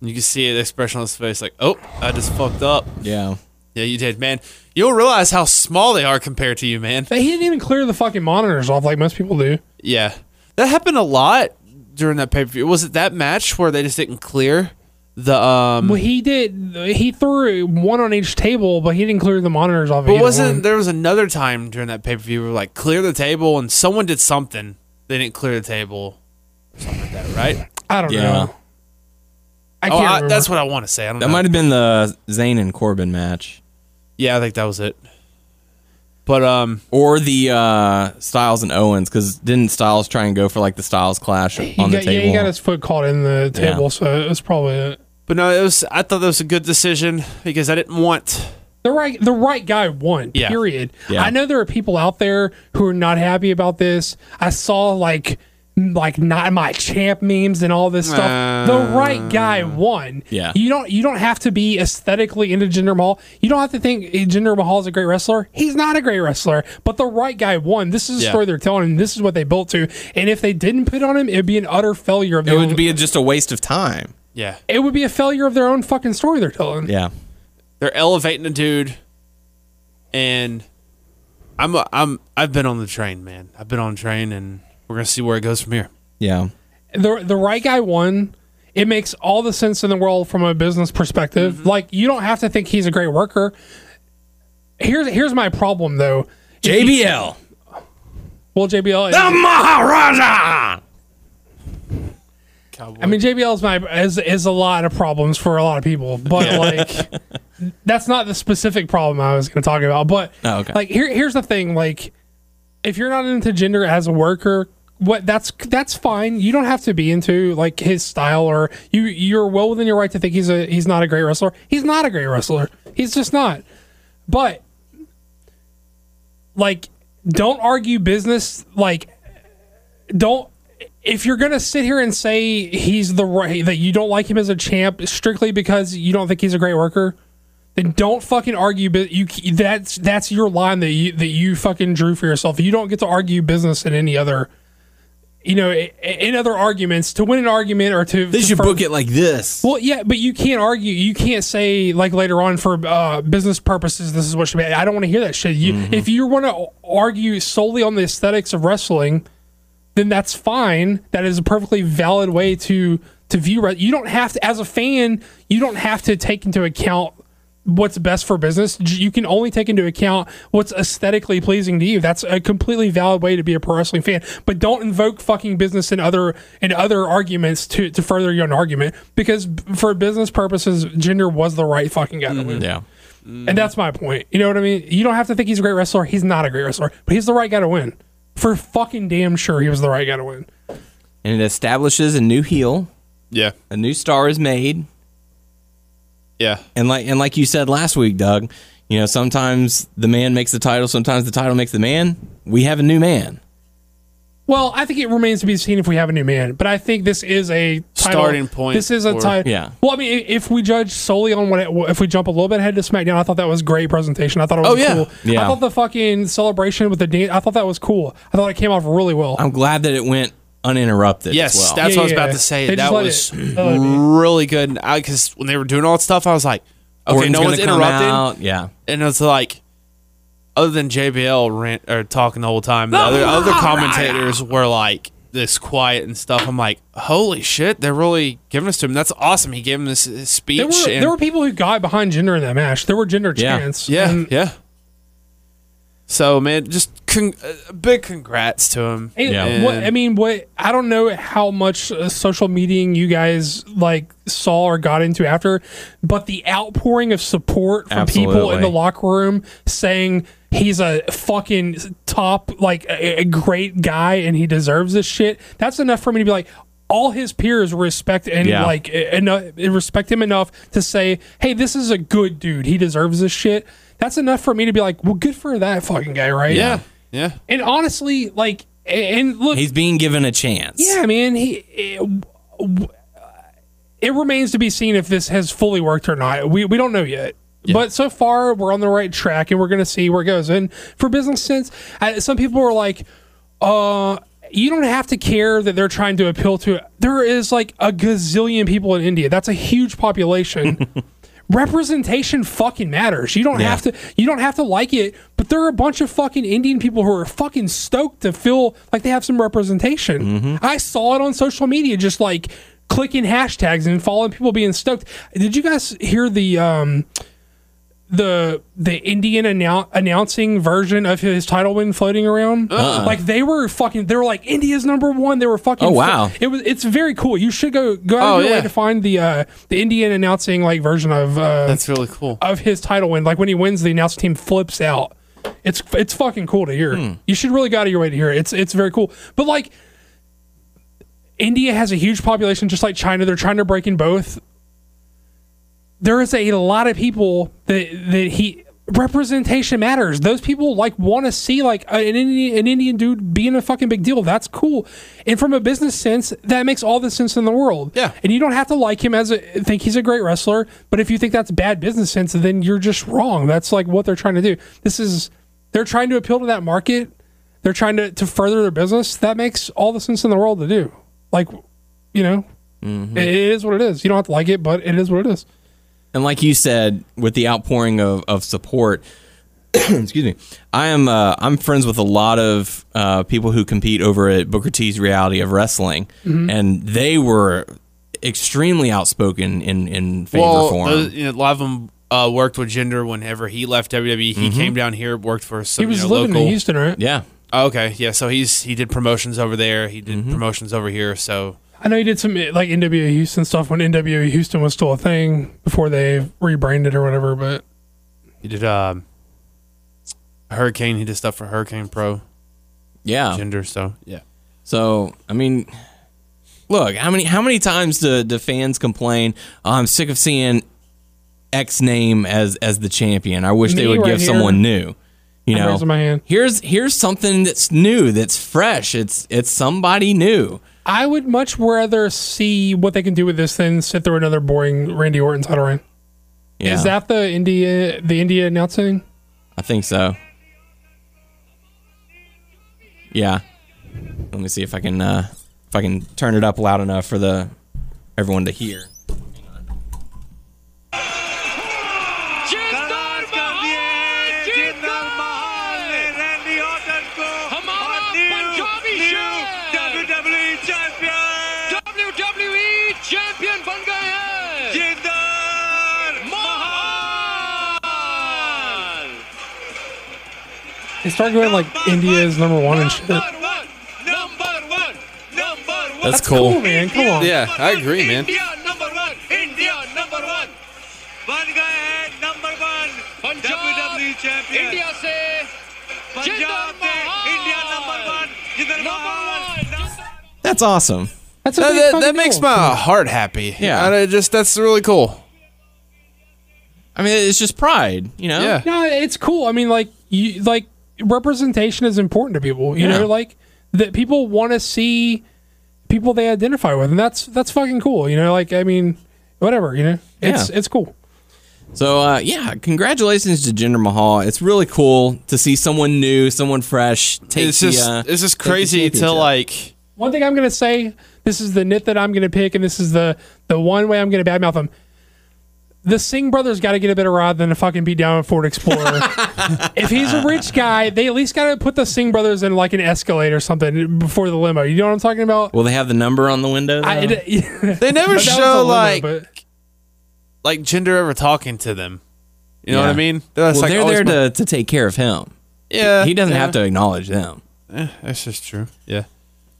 You can see the expression on his face, like, "Oh, I just fucked up." Yeah. Yeah, you did, man. You'll realize how small they are compared to you, man. But he didn't even clear the fucking monitors off like most people do. Yeah. That happened a lot during that pay per view. Was it that match where they just didn't clear the um Well, he did. He threw one on each table, but he didn't clear the monitors off. But either wasn't one. there was another time during that pay per view where like clear the table and someone did something. They didn't clear the table. Something like that, right? I don't Yeah. know. I oh, can't. I, remember. that's what I want to say. I don't That know. might have been the Zayn and Corbin match, yeah, I think that was it. But um or the uh, Styles and Owens, because didn't Styles try and go for like the Styles clash he on got, the table? Yeah, he got his foot caught in the Yeah. table, so it's probably it. but no, it was I thought that was a good decision because I didn't want The right, the right guy won. Yeah. Period. Yeah. I know there are people out there who are not happy about this. I saw like, like not my champ memes and all this stuff. the right guy won. Uh, Yeah. You don't, you don't have to be aesthetically into Jinder Mahal. You don't have to think eh, Jinder Mahal is a great wrestler. He's not a great wrestler, but the right guy won. This is the Yeah. story they're telling, and this is what they built to. And if they didn't put on him, it'd be an utter failure of it their would own- be just a waste of time. yeah. It would be a failure of their own fucking story they're telling. Yeah, they're elevating a dude and I'm a, I'm I've been on the train, man. I've been on the train and we're going to see where it goes from here. yeah, the the right guy won. It makes all the sense in the world from a business perspective. Mm-hmm. Like you don't have to think he's a great worker. Here's here's my problem though. JBL, Well, JBL. the Maharaja. I mean, JBL is my is is a lot of problems for a lot of people, but like that's not the specific problem I was going to talk about. But Oh, okay. like here here's the thing: like if you're not into gender as a worker, what that's that's fine. You don't have to be into like his style, or you you're well within your right to think he's a he's not a great wrestler. He's not a great wrestler. He's just not. But like, don't argue business like don't if you're gonna sit here and say he's the right that you don't like him as a champ strictly because you don't think he's a great worker then don't fucking argue but you that's that's your line that you that you fucking drew for yourself you don't get to argue business in any other you know i- i- in other arguments to win an argument or to They to should fur- book it like this. well, yeah, but you can't argue. You can't say like later on for uh, business purposes. This is what should be. I don't want to hear that shit. You, if you want to argue solely on the aesthetics of wrestling, then that's fine. That is a perfectly valid way to to view. Re- you don't have to, as a fan, you don't have to take into account what's best for business. J- You can only take into account what's aesthetically pleasing to you. That's a completely valid way to be a pro wrestling fan. But don't invoke fucking business and other and other arguments to to further your own argument because b- for business purposes, gender was the right fucking guy to win. Yeah, And that's my point. You know what I mean? You don't have to think he's a great wrestler. He's not a great wrestler, but he's the right guy to win. For fucking damn sure, he was the right guy to win. and it establishes a new heel. Yeah. A new star is made. Yeah. And like and like you said last week, Doug, you know, sometimes the man makes the title, sometimes the title makes the man. We have a new man. Well, I think it remains to be seen if we have a new man, but I think this is a title- Starting point This is a for- title. yeah. Well, I mean, i- if we judge solely on what, it, if we jump a little bit ahead to SmackDown, I thought that was great presentation. I thought it was Oh, yeah. cool. I Yeah. thought the fucking celebration with the dance, I thought that was cool. I thought it came off really well. I'm glad that it went uninterrupted. Yes, as well. that's Yeah, what I was yeah, about yeah. to say. They just that let was it- they let it be. really good. And I cuz when they were doing all that stuff, I was like, okay, Orton's no gonna one's come interrupted. out. Yeah, And it's like other than JBL rant or talking the whole time, the other other commentators were like this quiet and stuff. I'm like, holy shit, they're really giving this to him. That's awesome. He gave him this uh, speech. There were, and, there were people who got behind gender in that match. There were gender Yeah. chants. Yeah, And- yeah. So man, just con- a big congrats to him. Hey, Yeah. What, I mean, what I don't know how much uh, social mediaing you guys like saw or got into after, but the outpouring of support from people in Absolutely. the locker room saying he's a fucking top, like a, a great guy, and he deserves this shit. That's enough for me to be like. All his peers respect and Yeah. like enough respect him enough to say, "Hey, this is a good dude. He deserves this shit." That's enough for me to be like, "Well, good for that fucking guy, right?" Yeah, yeah. And honestly, like, and look, he's being given a chance. yeah, man, he. It, w- it remains to be seen if this has fully worked or not. We we don't know yet. But so far, we're on the right track, and we're going to see where it goes. And for business sense, I, some people are like, uh, you don't have to care that they're trying to appeal to. There is like a gazillion people in India. That's a huge population. representation fucking matters. You don't Yeah. have to you don't have to like it, but there are a bunch of fucking Indian people who are fucking stoked to feel like they have some representation. Mm-hmm. I saw it on social media just like clicking hashtags and following people being stoked. Did you guys hear the um the the Indian annou- announcing version of his title win floating around? Like they were fucking they were like India's number 1. They were fucking Uh-uh. Oh, wow. it was it's very cool. You should go go out Oh, of your yeah. way to find the uh, the Indian announcing like version of uh, That's really cool. of his title win. Like when he wins, the announcing team flips out. It's it's fucking cool to hear. You should really go out of your way to hear it. It's it's very cool. But like, India has a huge population, just like China. They're trying to break in both. There is a lot of people that that he representation matters. Those people like want to see like a- an Indian, an Indian dude being a fucking big deal. That's cool. And from a business sense, that makes all the sense in the world. Yeah. And you don't have to like him as a think he's a great wrestler, but if you think that's bad business sense, then you're just wrong. That's like what they're trying to do. This is they're trying to appeal to that market. They're trying to to further their business. That makes all the sense in the world to do. Like, you know, it- it is what it is. You don't have to like it, but it is what it is. And like you said, with the outpouring of, of support, excuse me, I am uh, I'm friends with a lot of uh, people who compete over at Booker T's Reality of Wrestling, and they were extremely outspoken in in favor for him. those- you know, a lot of them uh, worked with Jinder whenever he left WWE. He came down here, worked for some Mm-hmm. He was you know, living local. in Houston, right? yeah, Oh, okay, yeah. So he's he did promotions over there. He Mm-hmm. did promotions over here. So I know he did some eh, like NWA Houston stuff when NWA Houston was still a thing before they rebranded or whatever. But he did um, Hurricane. He did stuff for Hurricane Pro yeah. Jinder. So yeah, So I mean, look how many how many times do, do fans complain? "Oh, I'm sick of seeing X name as as the champion. I wish they Me would right give here. someone new. You I'm know, raising my hand. here's here's something that's new, that's fresh. It's it's somebody new. I would much rather see what they can do with this than sit through another boring Randy Orton title reign. Yeah, Is that the India the India announcing? I think so. Yeah. Let me see if I can uh, if I can turn it up loud enough for the everyone to hear. जिंदाबाद जिंदाबाद हमारा Punjabi E शेर WWE champion बन गए हैं महान They start going like India is number one and shit. That's number one number one number one That's cool. man. Come on. Yeah, I agree, man. India number one. India number one. बन गए हैं number one Punjab WWE champion India से पंजाब ने India number one जिधर number one That's awesome. That's a that, big that, fucking that makes deal. my heart happy. Yeah. And I just that's really cool. I mean, it's just pride, you know. Yeah. No, it's cool. I mean, like you like representation is important to people. You Yeah. know, like that people want to see people they identify with, and that's that's fucking cool. You know, like I mean, whatever. You know, it's Yeah. it's cool. So uh, yeah, congratulations to Jinder Mahal. It's really cool to see someone new, someone fresh. Take It's the, just uh, it's just take the crazy to championship. like One thing I'm gonna say, this is the nit that I'm gonna pick, and this is the the one way I'm gonna badmouth them. The Singh brothers got to get a better ride than a fucking beat down Ford Explorer. if he's a rich guy, they at least got to put the Singh brothers in like an Escalade or something before the limo. You know what I'm talking about? Will they have the number on the window? I, though? it, they never But that was a show limo, like but- like gender ever talking to them. You know Yeah. what I mean? That's well, like they're always there my- to, to take care of him. yeah. He doesn't yeah. have to acknowledge them. That's just true. Yeah.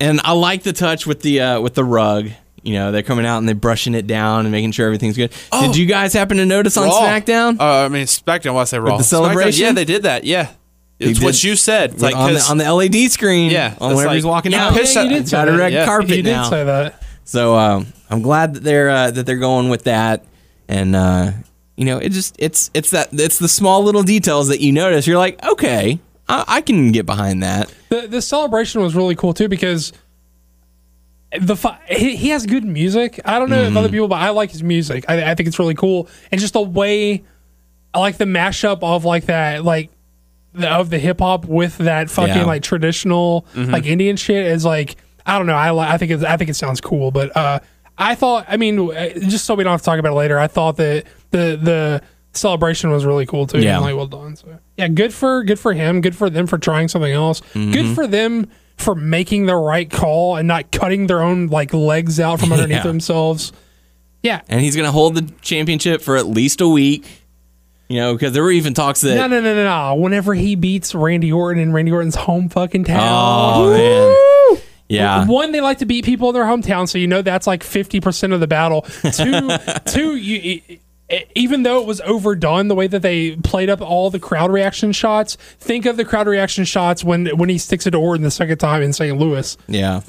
And I like the touch with the uh, with the rug. You know, they're coming out and they're brushing it down and making sure everything's good. Did you guys happen to notice on Oh. Raw. SmackDown? Uh, I mean SmackDown. Why say Raw? the SmackDown, celebration? yeah, they did that. Yeah. It's did. what you said. It's With- like on, the, 'cause- on the LED screen, Yeah, on it's whenever like, he's walking you out, pissed Yeah, that- you It's got a that, red yeah. carpet You now. did say that. So um, I'm glad that they're uh, that they're going with that, and uh, you know, it just it's it's that it's the small little details that you notice. You're like, okay, I, I can get behind that. The, the celebration was really cool too because the fi- he, he has good music. I don't know if other people, but I like his music. I, I think it's really cool and just the way I like the mashup of like that like the, of the hip hop with that fucking Yeah. like Mm-hmm. traditional like Indian shit is like I don't know. I li- I think it's, I think it sounds cool, but uh, I thought. I mean, uh, just so we don't have to talk about it later. I thought that the the celebration was really cool too. Yeah. and, like well done. So yeah, good for good for him. Good for them for trying something else. Mm-hmm. Good for them for making the right call and not cutting their own like legs out from underneath Yeah. themselves. Yeah. and he's going to hold the championship for at least a week. You know, because there were even talks that No, no, no, no, no. Whenever he beats Randy Orton in Randy Orton's home fucking town. Oh, man. Woo! Yeah. Ah. One, they like to beat people in their hometown, so you know that's like fifty percent of the battle. Two, two, you, e- e- even though it was overdone the way that they played up all the crowd reaction shots, think of the crowd reaction shots when when he sticks it to Orton the second time in St. Louis. yeah,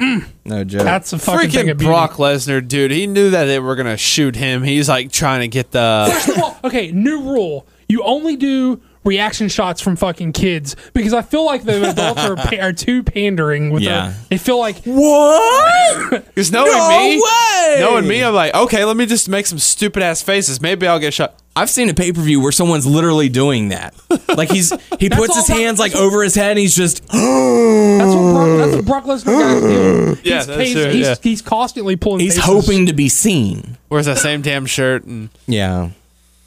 no joke. Mm. That's a fucking thing Freaking of beauty. Brock Lesnar, dude. He knew that they were gonna shoot him. He's like trying to get the. Well, okay, new rule. You only do reaction shots from fucking kids because I feel like the adults are, pa- are too pandering. With Yeah. yeah. they feel like what? Because knowing No me, way! knowing me, I'm like, okay, let me just make some stupid ass faces. Maybe I'll get shot. I've seen a pay per view where someone's literally doing that. Like he's he puts all his that- hands like that's over his head and he's just that's what Brock, that's what Brock Lesnar guys do. Yeah, he's, that's he's, true, he's, yeah. he's constantly pulling. he's faces. hoping to be seen. Wears that same damn shirt and Yeah,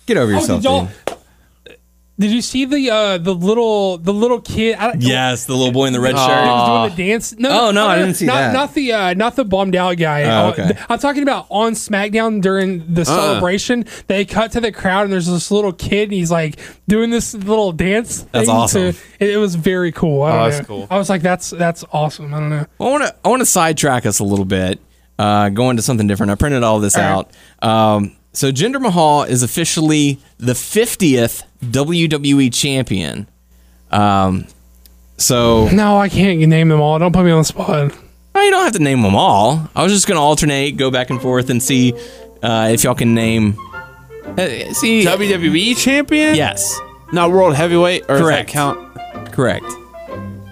get over Oh, yourself. did, y'all, dude. did you see the uh, the little the little kid? I, don't- Yes, the little boy in the red He shirt. was doing the dance. No, Oh, no, I didn't see not, that. Not the uh, not the bummed out guy. Oh, Uh, okay. th- I'm talking about on SmackDown during Uh-uh. the celebration. They cut to the crowd and there's this little kid and he's like doing this little dance. That's thing awesome. To, it, it was very cool. Oh, I don't that's know. cool. I was like, that's that's awesome. I don't know. I want to I want to sidetrack us a little bit, uh, going to something different. I printed all this out. Um, so Jinder Mahal is officially the fiftieth WWE champion. Um, so No, I can't name them all. Don't put me on the spot. Well, you don't have to name them all. I was just gonna alternate, go back and forth, and see uh, if y'all can name. Uh, see, WWE E champion. yes, not world heavyweight. Or does that Correct. count. correct.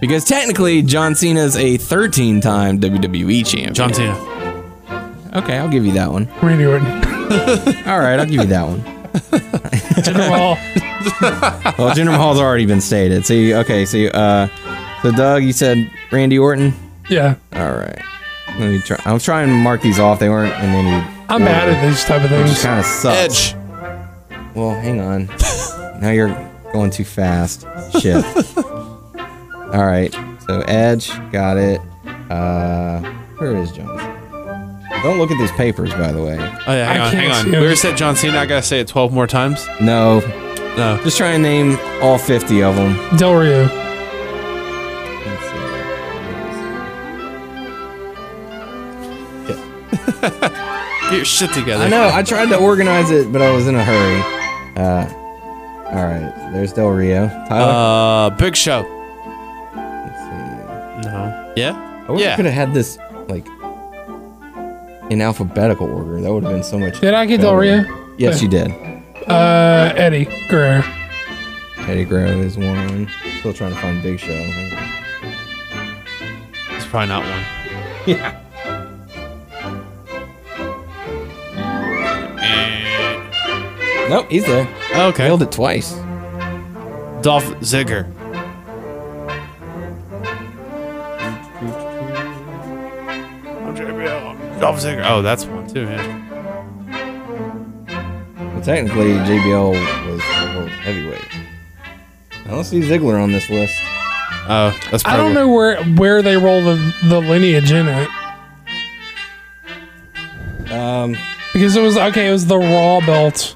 Because technically, John Cena's a 13-time WWE E champion. John Cena. Okay, I'll give you that one. Randy Orton. All right, I'll give you that one. Jinder Mahal. Well, Jinder Mahal's already been stated. So, you, okay, so you, uh, so Doug, you said Randy Orton. Yeah, All right, let me try. I'm trying to mark these off. They weren't in any. I'm bad at these type of things. Kind of sucks. Edge. Well, hang on. now you're going too fast. Shit. All right. So Edge, got it. Uh, where is Johnson? Don't look at these papers, by the way. Oh yeah, hang I on, can't hang on. see We him. already said John Cena. I gotta say it twelve more times. No. No. Just try and name all 50 of them. Del Rio. Let's see. Get your shit together. I know. I tried to organize it, but I was in a hurry. Uh, all right. There's Del Rio. Tyler. Uh, Big Show. Let's see. No. Yeah. I wish Uh, yeah. could have had this like in alphabetical order. That would have been so much. Did I get Del better. Rio? Yes, you did. Uh, Eddie Guerrero. Eddie Guerrero is one. Still trying to find Big Show. It's probably not one. Nope, he's there. Okay. Failed it twice. Dolph Ziggler. Dolph Ziggler. Oh, that's one too. Yeah. Well, technically, JBL was the world heavyweight. I don't see Ziggler on this list. Oh, that's. Probably I don't know where where they roll the, the lineage in it Um, because it was okay. It was the Raw belt.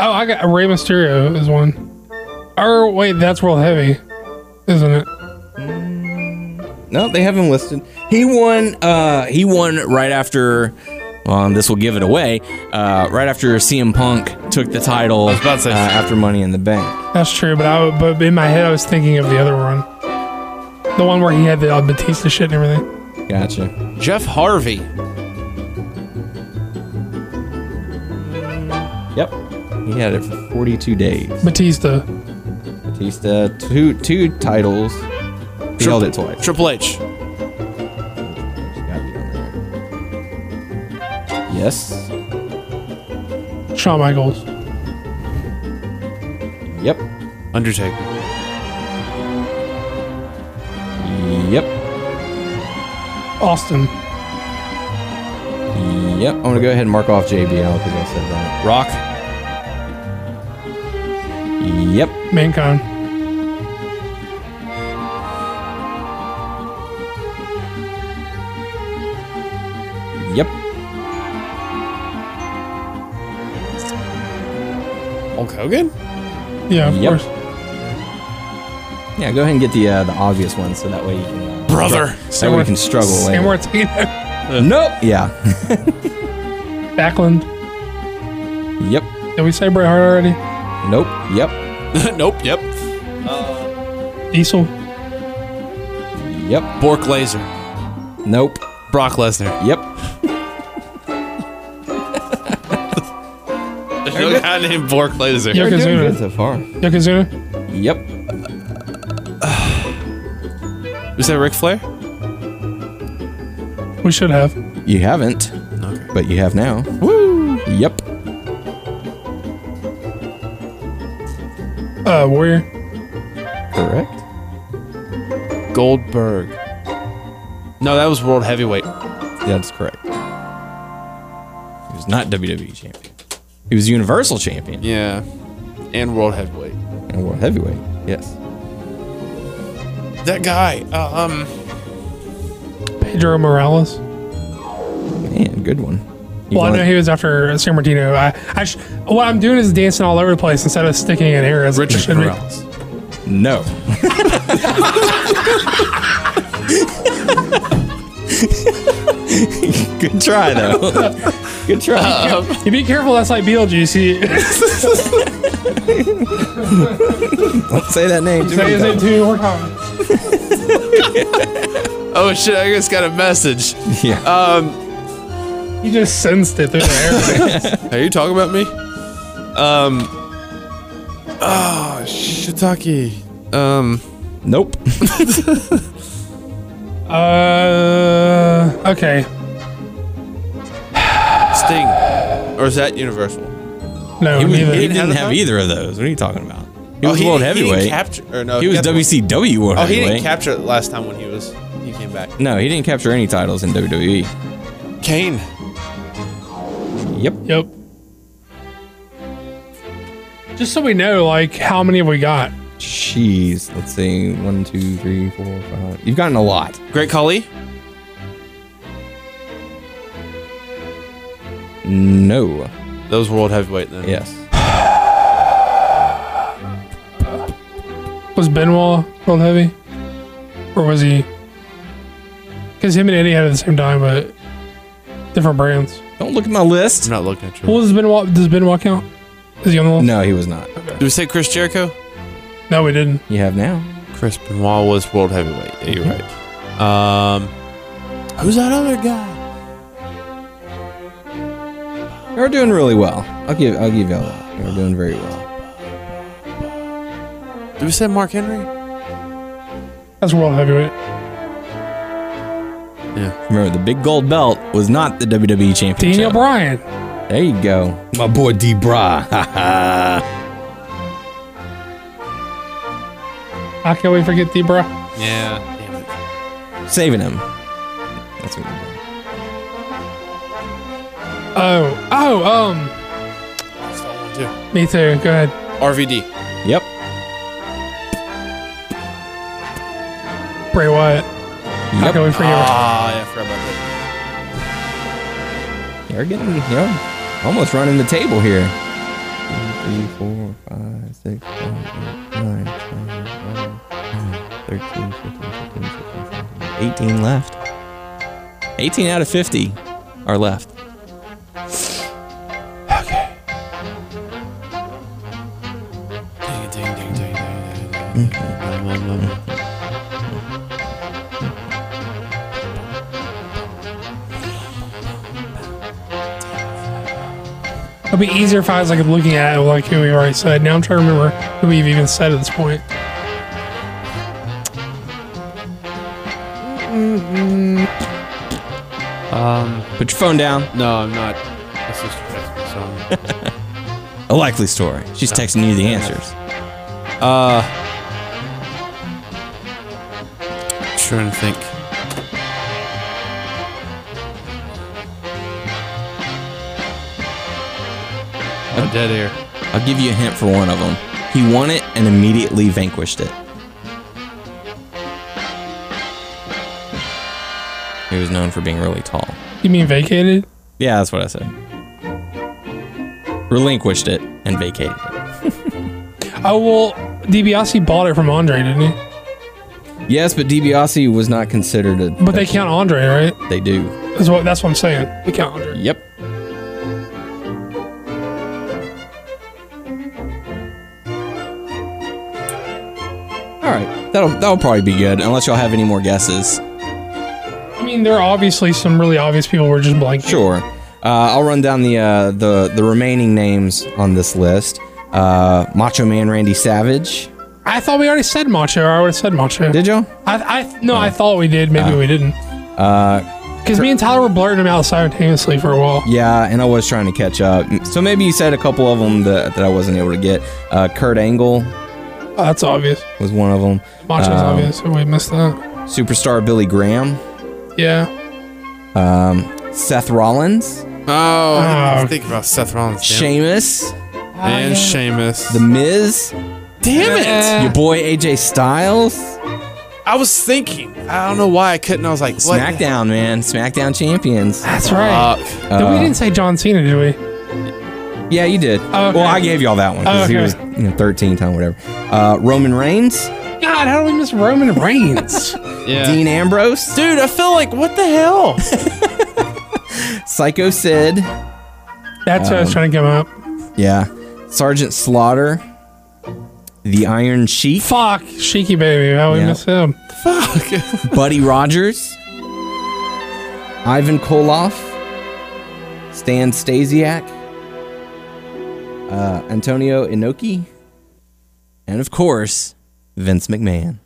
Oh, I got Rey Mysterio is one. Or wait, that's World Heavy, isn't it? no, they haven't listed. He won. Uh, he won right after. Well, this will give it away. Uh, right after CM Punk took the title about to say- uh, after Money in the Bank. That's true. But I w- but in my head I was thinking of the other one, the one where he had the uh, Batista shit and everything. Gotcha. Jeff Harvey. Yep. He had it for 42 days. Batista. Batista, two two titles. He held it twice. Triple H. Gotta be on there. Yes. Shawn Michaels. Yep. Undertaker. Yep. Austin. Yep, I'm gonna go ahead and mark off JBL because I said that. Rock. Yep. Mankind. Yep. Hulk Hogan? Yeah, of Yep. course. Yeah, go ahead and get the uh, the obvious ones so that way you can. Uh, Brother. that way you can struggle San later. Martino. Nope. Yeah. Backlund. yep. Did we say Bret Hart already? Nope. Yep. nope, yep. Diesel. Yep. Bork Laser. Nope. Brock Lesnar. Yep. There's no guy named Bork Laser. Yep. Yokozuna. so far. Yokozuna. Yep. Is that Ric Flair? We should have. You haven't, Okay. but you have now. Woo. Yep. Uh, Warrior. Correct. Goldberg. No, that was World Heavyweight. That's correct. He was not WWE champion. He was Universal champion Yeah. And World Heavyweight. and world heavyweight. Yes. That guy, uh, um, Pedro Morales. Man, good one. You Well, I want- know he was after San Martino. I, I sh- what I'm doing is dancing all over the place instead of sticking in here. as it Richard should be. Morales. No. Good try though. Good try. You be careful. That's like Beetlejuice. He- Don't say that name. too Say many his name times. two more times. Oh shit, I just got a message. Yeah. You just sensed it through the air. Are you talking about me? Um. Oh, Shiitake. Um. nope. uh, okay. Sting. Or is that Universal? No, He, was, neither. he have didn't a have belt? either of those. What are you talking about? He was he, world didn't- He, heavyweight. He, didn't capture, or no, was got the- WCW world Oh, he heavyweight. didn't capture it last time when he was. He came back. no, he didn't capture any titles in E. WWE. Kane. Yep. Yep. Just so we know, like, how many have we got? Jeez. Let's see. One, two, three, four, five. You've gotten a lot. Great Khali. No. That was world heavyweight then. Yes. Was Benoit world heavy, or was he? Because him and Eddie had it at the same time, but different brands. Don't look at my list. I'm not looking at you. Well, does Benoit does Benoit count? Is he on the list? No, he was not. Did we say Chris Jericho? No, we didn't. You have now. Chris Benoit was world heavyweight. Yeah, you're right. Um. Who's that other guy? You're doing really well. I'll give I'll give y'all that. You're doing very well. Did we say Mark Henry? That's world heavyweight. Remember, the big gold belt was not the WWE championship. Daniel Bryan. There you go. My boy D Bra. How can we forget Debra? Yeah. Damn it. Saving him. That's what we're doing. Oh, oh, um, me too. Go ahead. RVD. Yep. Bray Wyatt. How Yep. can we forget? Ah, yeah, I forgot about that. You're getting you're almost running the table here. One, three, four, five, six, seven, eight, nine, ten, eleven, twelve, thirteen, fifteen, sixteen, seventeen, eighteen. 18 left. 18 out of 50 are left. It'd be easier if I was like looking at it, like who we already said. Now I'm trying to remember who we've even said at this point. Put your phone down. No, I'm not. That's just a song. A likely story. She's texting you the answers. Uh, trying to think. Oh, dead air. I'll give you a hint for one of them. He won it and immediately vanquished it. He was known for being really tall. You mean vacated? Yeah, that's what I said. Relinquished it and vacated it. Oh well, DiBiase bought it from Andre, didn't he? Yes, but DiBiase was not considered a. But they count Andre, right? They do. That's what that's what I'm saying. They count Andre. Yep. All right, that'll that'll probably be good. Unless y'all have any more guesses. I mean, there are obviously some really obvious people we're just blanking. Sure. Uh, I'll run down the, uh, the the remaining names on this list. Uh, Macho Man Randy Savage. I thought we already said Macho. Or I would have said Macho. Did y'all? I, I no, I thought we did. Maybe we didn't. Because me and Tyler were blurting them out simultaneously for a while. Yeah, and I was trying to catch up. So maybe you said a couple of them that, that I wasn't able to get. Uh, Kurt Angle Oh, that's obvious. Uh, was one of them. Macho's Um, obvious. So we missed that. Superstar Billy Graham. Yeah. Seth Rollins. Oh, I didn't Oh. think about Seth Rollins. Damn. Sheamus. Ah, and Sheamus. The Miz. Damn it! Your boy AJ Styles. I was thinking. I don't know why I couldn't. I was like, what? SmackDown, man. SmackDown champions. That's right. Fuck. Then we didn't say John Cena, did we? Yeah, you did. Oh, okay. Well, I gave y'all that one because he Okay. was you know, 13 time, whatever. Uh, Roman Reigns, God, how do we miss Roman Reigns? Yeah. Dean Ambrose, Dude, I feel like what the hell? Psycho Sid, that's what I was trying to come up. yeah, Sergeant Slaughter, the Iron Sheik, Fuck, Sheiky baby. How we Yeah. miss him? Buddy Rogers, Ivan Koloff, Stan Stasiak, uh, Antonio Inoki, and of course Vince McMahon.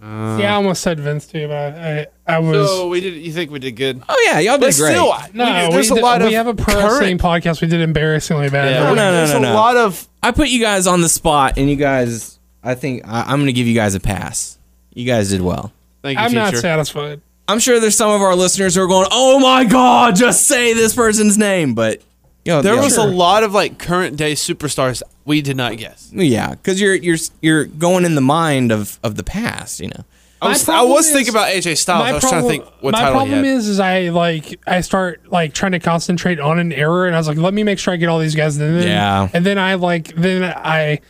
yeah, I almost said Vince too, but I I, I was. so we did. You think we did good? Oh yeah, y'all did But great. still, I- no, we, we, there's a did- lot of we have a pro wrestling current. podcast we did embarrassingly bad. Yeah, no, no, there's no, a no. lot of I put you guys on the spot, and you guys, I think I, I'm going to give you guys a pass. You guys did well. Thank you, I'm not teacher. satisfied. I'm sure there's some of our listeners who are going, "Oh my god, just say this person's name," but you know, There yeah, was a lot of like current day superstars we did not guess. yeah, because you're you're you're going in the mind of of the past, you know. I My was, I problem was is- thinking about AJ Styles. I was trying to think what my title he problem had. is, is I like I start like trying to concentrate on an error, and I was like, let me make sure I get all these guys. And then, Yeah. And then I like then I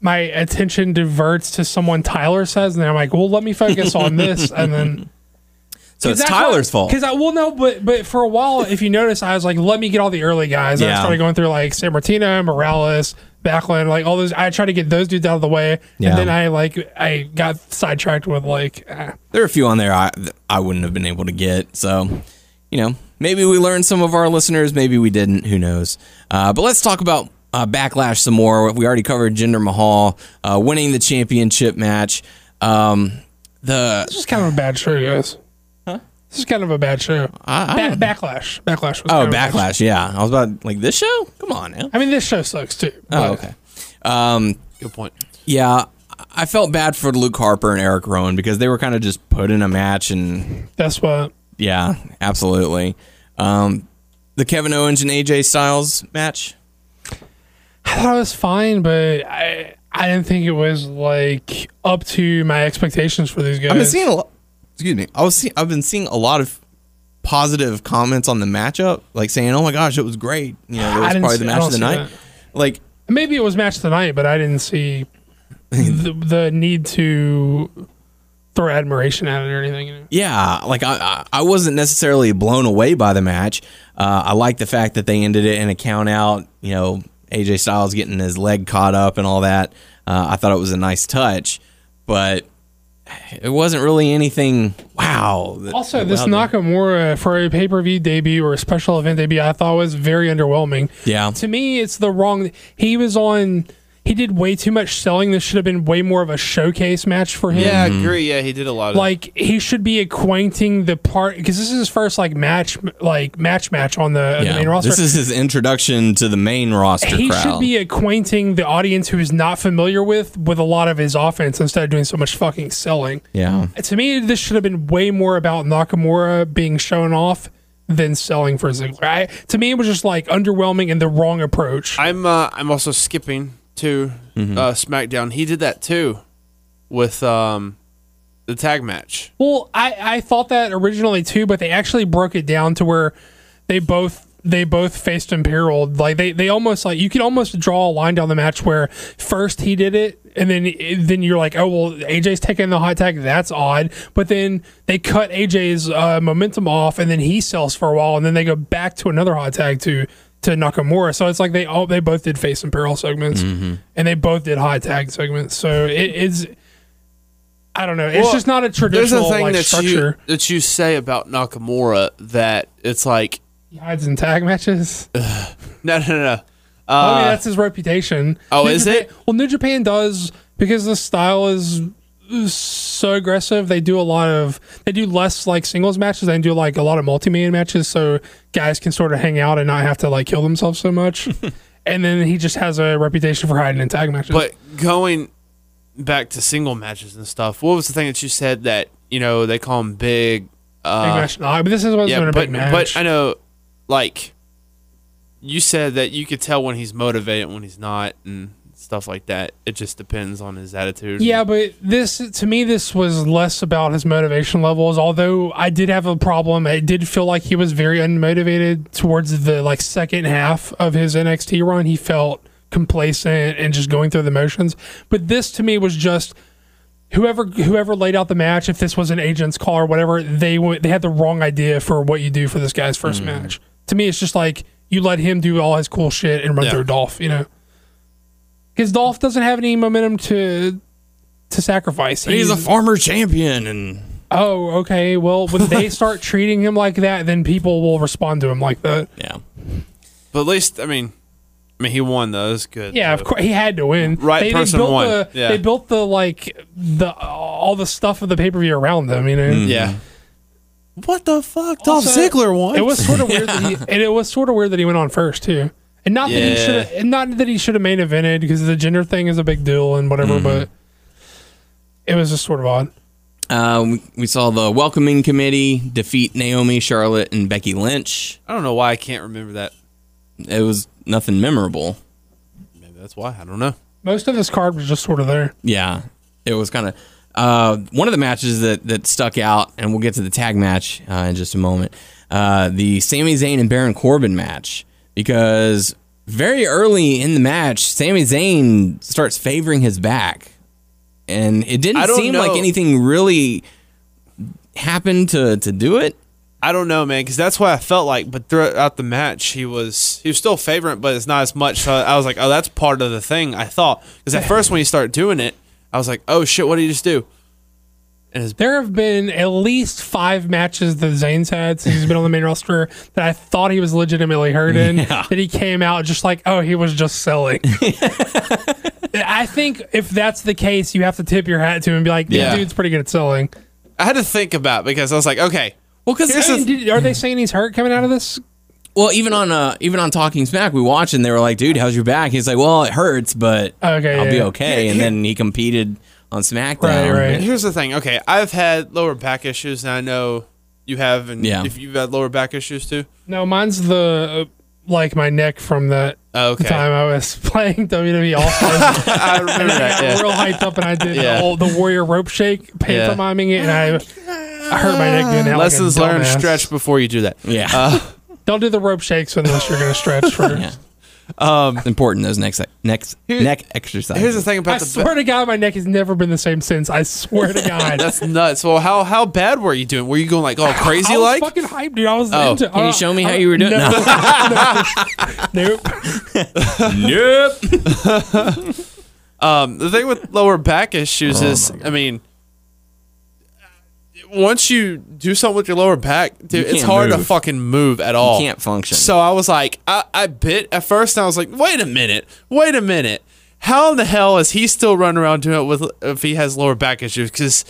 my attention diverts to someone Tyler says, and then I'm like, well, let me focus on this, and then So it's Tyler's fault. Because I well no, but but for a while, if you notice, I was like, let me get all the early guys. I Yeah. started going through like San Martino, Morales, Backlund, like all those. I tried to get those dudes out of the way, Yeah. and then I like I got sidetracked with like. ah. There are a few on there I th- I wouldn't have been able to get. So, you know, maybe we learned some of our listeners, maybe we didn't. Who knows? Uh, but let's talk about uh, backlash some more. We already covered Jinder Mahal uh, winning the championship match. Um, the This is kind of a bad show, guys. Huh? This is kind of a bad show. I- I- Ba- backlash. Backlash was oh kind of a bad show. backlash, yeah. I was about like this show. Come on now. I mean, this show sucks too. Oh, but okay. Um, Good point. yeah, I felt bad for Luke Harper and Eric Rowan because they were kind of just put in a match and That's what. Yeah, absolutely. Um, the Kevin Owens and AJ Styles match. I thought it was fine, but I I didn't think it was like up to my expectations for these guys. I've been seeing a lot. Excuse me. I was see, I've been seeing a lot of positive comments on the matchup, like saying, "Oh my gosh, it was great." You know, it I was didn't probably see- the I match don't of the see night. Like, Maybe it was match tonight, but I didn't see the, the need to throw admiration at it or anything. You know? yeah, like I, I I wasn't necessarily blown away by the match. Uh, I like the fact that they ended it in a count out. You know, AJ Styles getting his leg caught up and all that. Uh, I thought it was a nice touch, but it wasn't really anything. Wow. that- Also, that this wowed me. Nakamura for a pay per view debut or a special event debut, I thought was very underwhelming. Yeah. To me, it's the wrong. He was on. He did way too much selling. This should have been way more of a showcase match for him. Yeah, I agree. Yeah, he did a lot of Like he should be acquainting the part because this is his first like match like match match on the, the main roster. This is his introduction to the main roster he crowd. should be acquainting the audience who is not familiar with with a lot of his offense instead of doing so much fucking selling. yeah. To me, this should have been way more about Nakamura being shown off than selling for Ziggler. I, to me, it was just like underwhelming and the wrong approach. I'm uh, I'm also skipping to uh, SmackDown. He did that too with um, the tag match. Well, I, I thought that originally too, but they actually broke it down to where they both they both faced Imperial. Like they, they almost like you could almost draw a line down the match where first he did it, and then then you're like, oh well, AJ's taking the hot tag. That's odd. But then they cut AJ's uh, momentum off, and then he sells for a while, and then they go back to another hot tag to to Nakamura. So it's like they all they both did face Imperial segments, and they both did hot tag segments. So it is. I don't know. It's Well, just not a traditional There's a thing like, that structure. you that you say about Nakamura that it's like He hides in tag matches. Uh, no no no. no. I Uh, mean, that's his reputation. oh, New is Japan- it? Well, New Japan does because the style is so aggressive. They do a lot of they do less like singles matches. They do like a lot of multi man matches, so guys can sort of hang out and not have to like kill themselves so much. and then he just has a reputation for hiding in tag matches. But going back to single matches and stuff, what was the thing that you said that you know they call him big? Uh, Big match, not- but this is what's yeah, been a but big match. but I know, like you said that you could tell when he's motivated, and when he's not, and stuff like that. It just depends on his attitude. Yeah, but this to me this was less about his motivation levels. Although I did have a problem, it did feel like he was very unmotivated towards the like second half of his NXT run. He felt complacent and just going through the motions. But this to me was just whoever whoever laid out the match. If this was an agent's call or whatever, they went they had the wrong idea for what you do for this guy's first match. To me, it's just like you let him do all his cool shit and run Yeah. through Dolph. You know. Because Dolph doesn't have any momentum to to sacrifice. He's a former champion, and oh, okay. Well, when they start treating him like that, then people will respond to him like that. yeah, but at least I mean, I mean he won though. That's good. Yeah, of So- course he had to win. Right they, person they built won. The, Yeah. They built the like the all the stuff of the pay per view around them. You know. Yeah. What the fuck? Also, It was sort of weird, that he, and it was sort of weird that he went on first too, and not that he Yeah. should, and not that he should have main evented because the gender thing is a big deal and whatever. Mm-hmm. But it was just sort of odd. uh, we, we saw the welcoming committee defeat Naomi, Charlotte, and Becky Lynch. I don't know why I can't remember that. It was nothing memorable. Maybe that's why. I don't know. Most of this card was just sort of there. Yeah, it was kind of uh, one of the matches that that stuck out, and we'll get to the tag match uh, in just a moment. Uh, the Sami Zayn and Baron Corbin match because very early in the match, Sami Zayn starts favoring his back, and it I didn't don't seem like know. anything really happened to to do it. I don't know, man, because that's what I felt like. But throughout the match, he was he was still favorite, but it's not as much. So I was like, oh, that's part of the thing. I thought because at first when he started doing it, I was like, oh shit, what did he just do? And his There have been at least five matches that Zane's had since he's been on the main roster that I thought he was legitimately hurt in. That he came out just like, oh, he was just selling. I think if that's the case, you have to tip your hat to him and be like, this Yeah. dude's pretty good at selling. I had to think about it because I was like, okay, Well, because I mean, did- are they saying he's hurt coming out of this? well, even on uh, even on Talking Smack, we watched and they were like, "Dude, how's your back?" He's like, "Well, it hurts, but Okay, I'll be yeah. okay." and then he competed on SmackDown. Right, right. here's the thing. Okay, I've had lower back issues, and I know you have, and Yeah. if you've had lower back issues too. No, mine's the uh, like my neck from that Oh, Okay, time I was playing E WWE All Stars. I remember that. yeah. real hyped up, and I did Yeah. the, old, the Warrior rope shake, pantomiming it, and I, I hurt my neck doing that. like a Lessons learned: dumbass. stretch before you do that. Yeah. Don't do the rope shakes unless you're going to stretch first. It's important those neck neck neck exercises. Here's the thing I about the. swear to God, my neck has never been the same since. I swear to God. That's nuts. Well, how how bad were you doing? Were you going like all crazy I was like? fucking hyped, dude. I was Oh. into. Can you uh, show me uh, how you were doing? No, No. nope. Nope. Um, the thing with lower back Oh issues is, I mean, once you do something with your lower back, dude, it's You can't hard to move. fucking move at all. can't function. So I was like, I, I bit at first, and I was like, wait a minute, wait a minute. How in the hell is he still running around doing it with if he has lower back issues? Because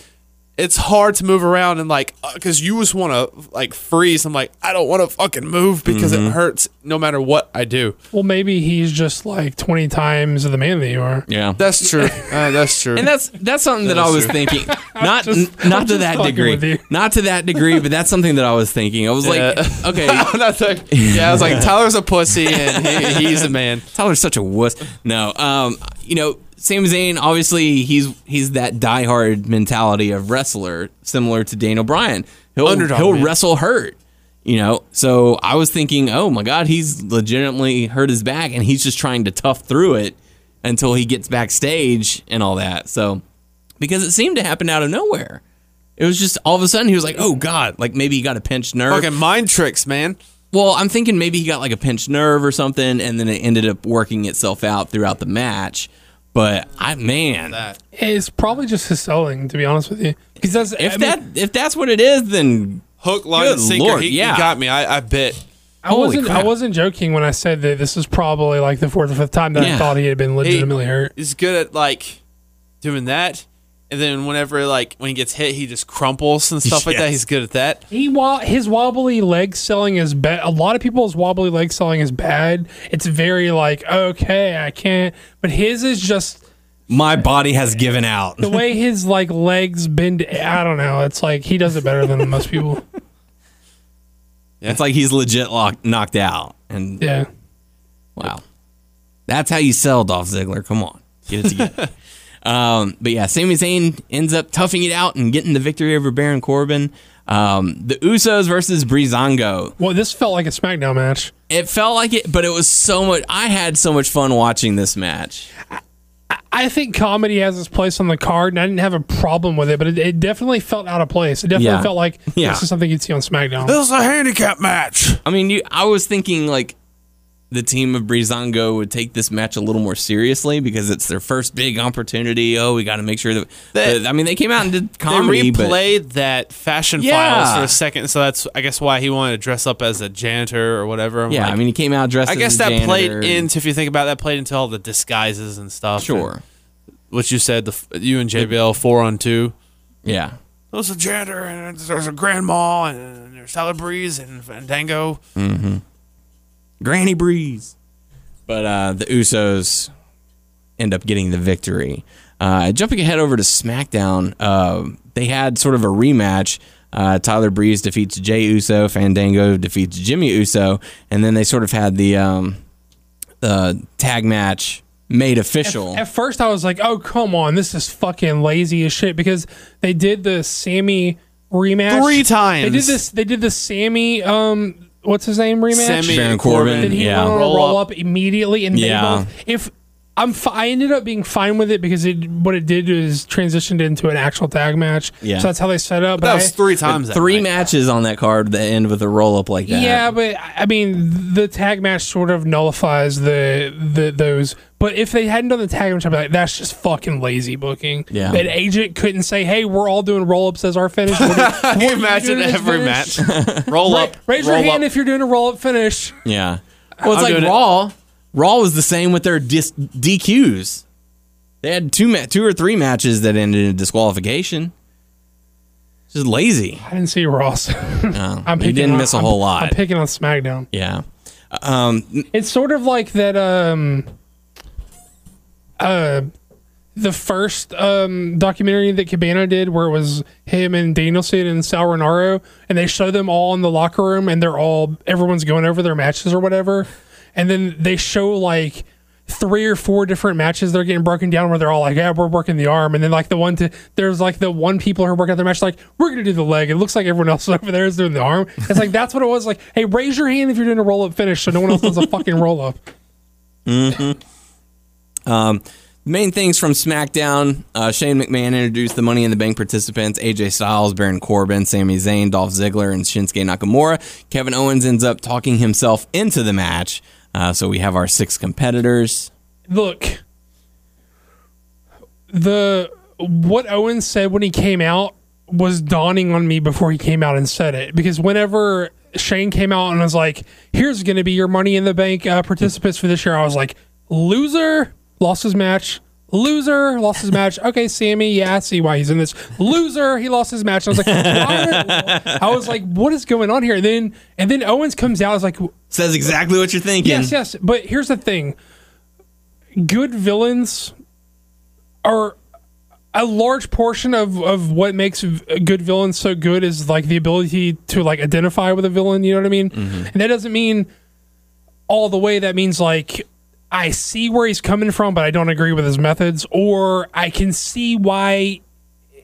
it's hard to move around and like because you just want to like freeze. I'm like, I don't want to fucking move because Mm-hmm. it hurts no matter what I do. Well, maybe he's just like 20 times the man that you are. Yeah. That's true. Uh, that's true. And that's that's something that, I is was true. thinking. Not just- n- not I'm to just that fucking with degree. you. Not to that degree, but that's something that I was thinking. I was like, Yeah. okay, I'm not saying- yeah, I was like, Tyler's a pussy and he, he's a man. Tyler's such a wuss. No, um, you know, Sami Zayn. Obviously, he's he's that diehard mentality of wrestler, similar to Daniel Bryan. He'll Underdog, he'll man. wrestle hurt. You know, so I was thinking, oh my God, he's legitimately hurt his back, and he's just trying to tough through it until he gets backstage and all that. So, because it seemed to happen out of nowhere, it was just all of a sudden he was like, oh God, like maybe he got a pinched nerve. Fucking mind tricks, man. Well, I'm thinking maybe he got like a pinched nerve or something, and then it ended up working itself out throughout the match. But I, man, It's probably just his selling, to be honest with you. Because that's if I mean, that if that's what it is, then Hook, line, Good and sinker. lord, he, he yeah. got me. I, I bit. I wasn't crap. I wasn't joking when I said that this is probably like the fourth or fifth time that Yeah. I thought he had been legitimately hurt. He's good at like doing that. And then whenever like when he gets hit, he just crumples and stuff like that. Yes. He's good at that. He wa- his wobbly leg selling is bad. A lot of people's wobbly leg selling is bad. It's very like okay, I can't. But his is just my body has given out. the way his like legs bend. I don't know. It's like he does it better than most people. It's like he's legit locked, knocked out, and Yeah. wow, that's how you sell Dolph Ziggler. Come on, get it together. um, but yeah, Sami Zayn ends up toughing it out and getting the victory over Baron Corbin. Um, the Usos versus Breezango. Well, this felt like a SmackDown match. It felt like it, but it was so much. I had so much fun watching this match. I think comedy has its place on the card, and I didn't have a problem with it, but it, it definitely felt out of place. It definitely Yeah. felt like Yeah. this is something you'd see on SmackDown. was a handicap match. I mean, you, I was thinking like the team of Brizongo would take this match a little more seriously because it's their first big opportunity. Oh, we got to make sure that. They- but, I mean, they came out and did They comedy, but replayed that fashion Yeah. files for a second, so that's I guess why he wanted to dress up as a janitor or whatever. I'm yeah, like, I mean, he came out dressed. I as guess a that played janitor. into if you think about it, that played into all the disguises and stuff. Sure. What you said, the f- you and JBL four on two. Yeah. There's a janitor and there's a grandma and there's Tyler Breeze and Fandango. Granny Breeze. Mm-hmm. But uh, the Usos end up getting the victory. Uh, jumping ahead over to SmackDown, uh, they had sort of a rematch. Uh, Tyler Breeze defeats Jay Uso, Fandango defeats Jimmy Uso, and then they sort of had the um, the tag match made official. At first, I was like, "Oh, come on, this is fucking lazy as shit." Because they did the Sammy rematch Three They did times. this. They did the Sammy. Um, what's his name rematch? Sammy Baron and Corbin, Did he yeah. want to Roll roll, up. immediately? And Yeah. they both, if I'm, fi- I ended up being fine with it because it what it did is transitioned into an actual tag match. Yeah. So that's how they set up. That but was I- three times. that Three night. matches on that card that end with a roll up like that. Yeah, but I I mean, the tag match sort of nullifies the, the those. But if they hadn't done the tag match, I'd be like, that's just fucking lazy booking. Yeah. That agent couldn't say, hey, we're all doing roll ups as our finish. What do you- what Can you do imagine do as every finish? match? Roll Ra- up. raise your roll hand up. if you're doing a roll up finish. Yeah. Well, it's I'm like doing it. Raw. Raw was the same with their dis- DQs. They had two ma- two or three matches that ended in disqualification. Just lazy. I didn't see Ross. I'm you didn't on- miss a I'm- whole lot. I'm picking on SmackDown. Yeah. Um, It's sort of like that. Um, uh, the first um, documentary that Cabana did, where it was him and Danielson and Sal Renaro, and they show them all in the locker room, and they're all everyone's going over their matches or whatever, and then they show like three or four different matches they're getting broken down where they're all like, yeah, we're working the arm. And then like the one to there's like the one people who are working out their match, like, we're gonna do the leg. It looks like everyone else over there is doing the arm. It's like that's what it was like, hey, raise your hand if you're doing a roll up finish so no one else does a fucking roll up. main things from SmackDown: uh, Shane McMahon introduced the Money in the Bank participants: AJ Styles, Baron Corbin, Sami Zayn, Dolph Ziggler, and Shinsuke Nakamura. Kevin Owens ends up talking himself into the match. Uh, so we have our six competitors. Look. The what Owen said when he came out was dawning on me before he came out and said it. Because whenever Shane came out and was like, here's gonna be your money in the bank uh, participants for this year, I was like, loser, lost his match, Loser lost his match. Okay, Sammy. Yeah, I see why he's in this. Loser, he lost his match. And I was like, why? I was like, what is going on here? And then and then Owens comes out. I was like, Says exactly what you're thinking. Yes, yes. But here's the thing: good villains are a large portion of of what makes v- good villains so good is like the ability to like identify with a villain. You know what I mean? And that doesn't mean all the way. That means like. I see where he's coming from, but I don't agree with his methods, or I can see why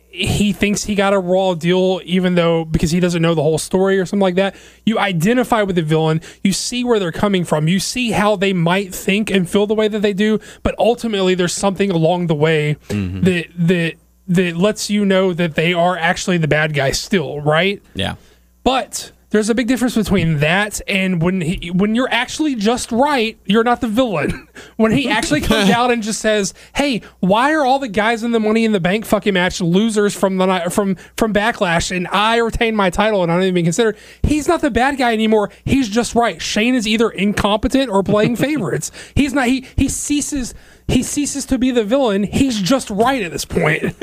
he thinks he got a raw deal, even though because he doesn't know the whole story or something like that. You identify with the villain, you see where they're coming from, you see how they might think and feel the way that they do, but ultimately there's something along the way that that that lets you know that they are actually the bad guy still, right? Yeah. But there's a big difference between that and when he, when you're actually just right, you're not the villain. When he actually comes out and just says, "Hey, why are all the guys in the Money in the Bank fucking match losers from the night from from Backlash and I retain my title and I'm not even being considered?" He's not the bad guy anymore. He's just right. Shane is either incompetent or playing favorites. He's not. He he ceases he ceases to be the villain. He's just right at this point.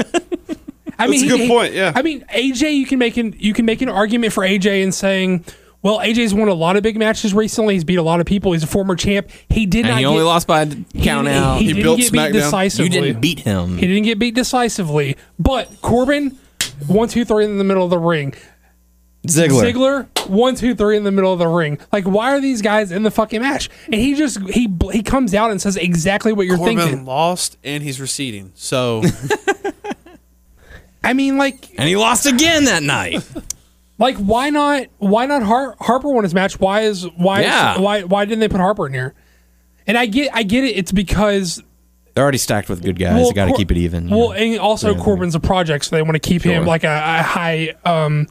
I mean, a good point, yeah. I mean, AJ, you can make an you can make an argument for AJ and saying, well, AJ's won a lot of big matches recently. He's beat a lot of people. He's a former champ. He did And not he only get, lost by count he, out. He, You didn't built get beat SmackDown. decisively. didn't beat him. He didn't get beat decisively. But Corbin, one, two, three in the middle of the ring. Ziggler. Ziggler, one, two, three in the middle of the ring. Like, why are these guys in the fucking match? And he just he he comes out and says exactly what you're Corbin thinking. lost and he's receding. So I mean, like And he lost again that night. Like why not? Why not Har- Harper won his match? Why is why is- Yeah. why why didn't they put Harper in here? And I get I get it. It's because They're already stacked with good guys. well, you got to Cor- keep it even. you Well, know. and also Corbin's a project, so they want to keep him Sure. like a, a high um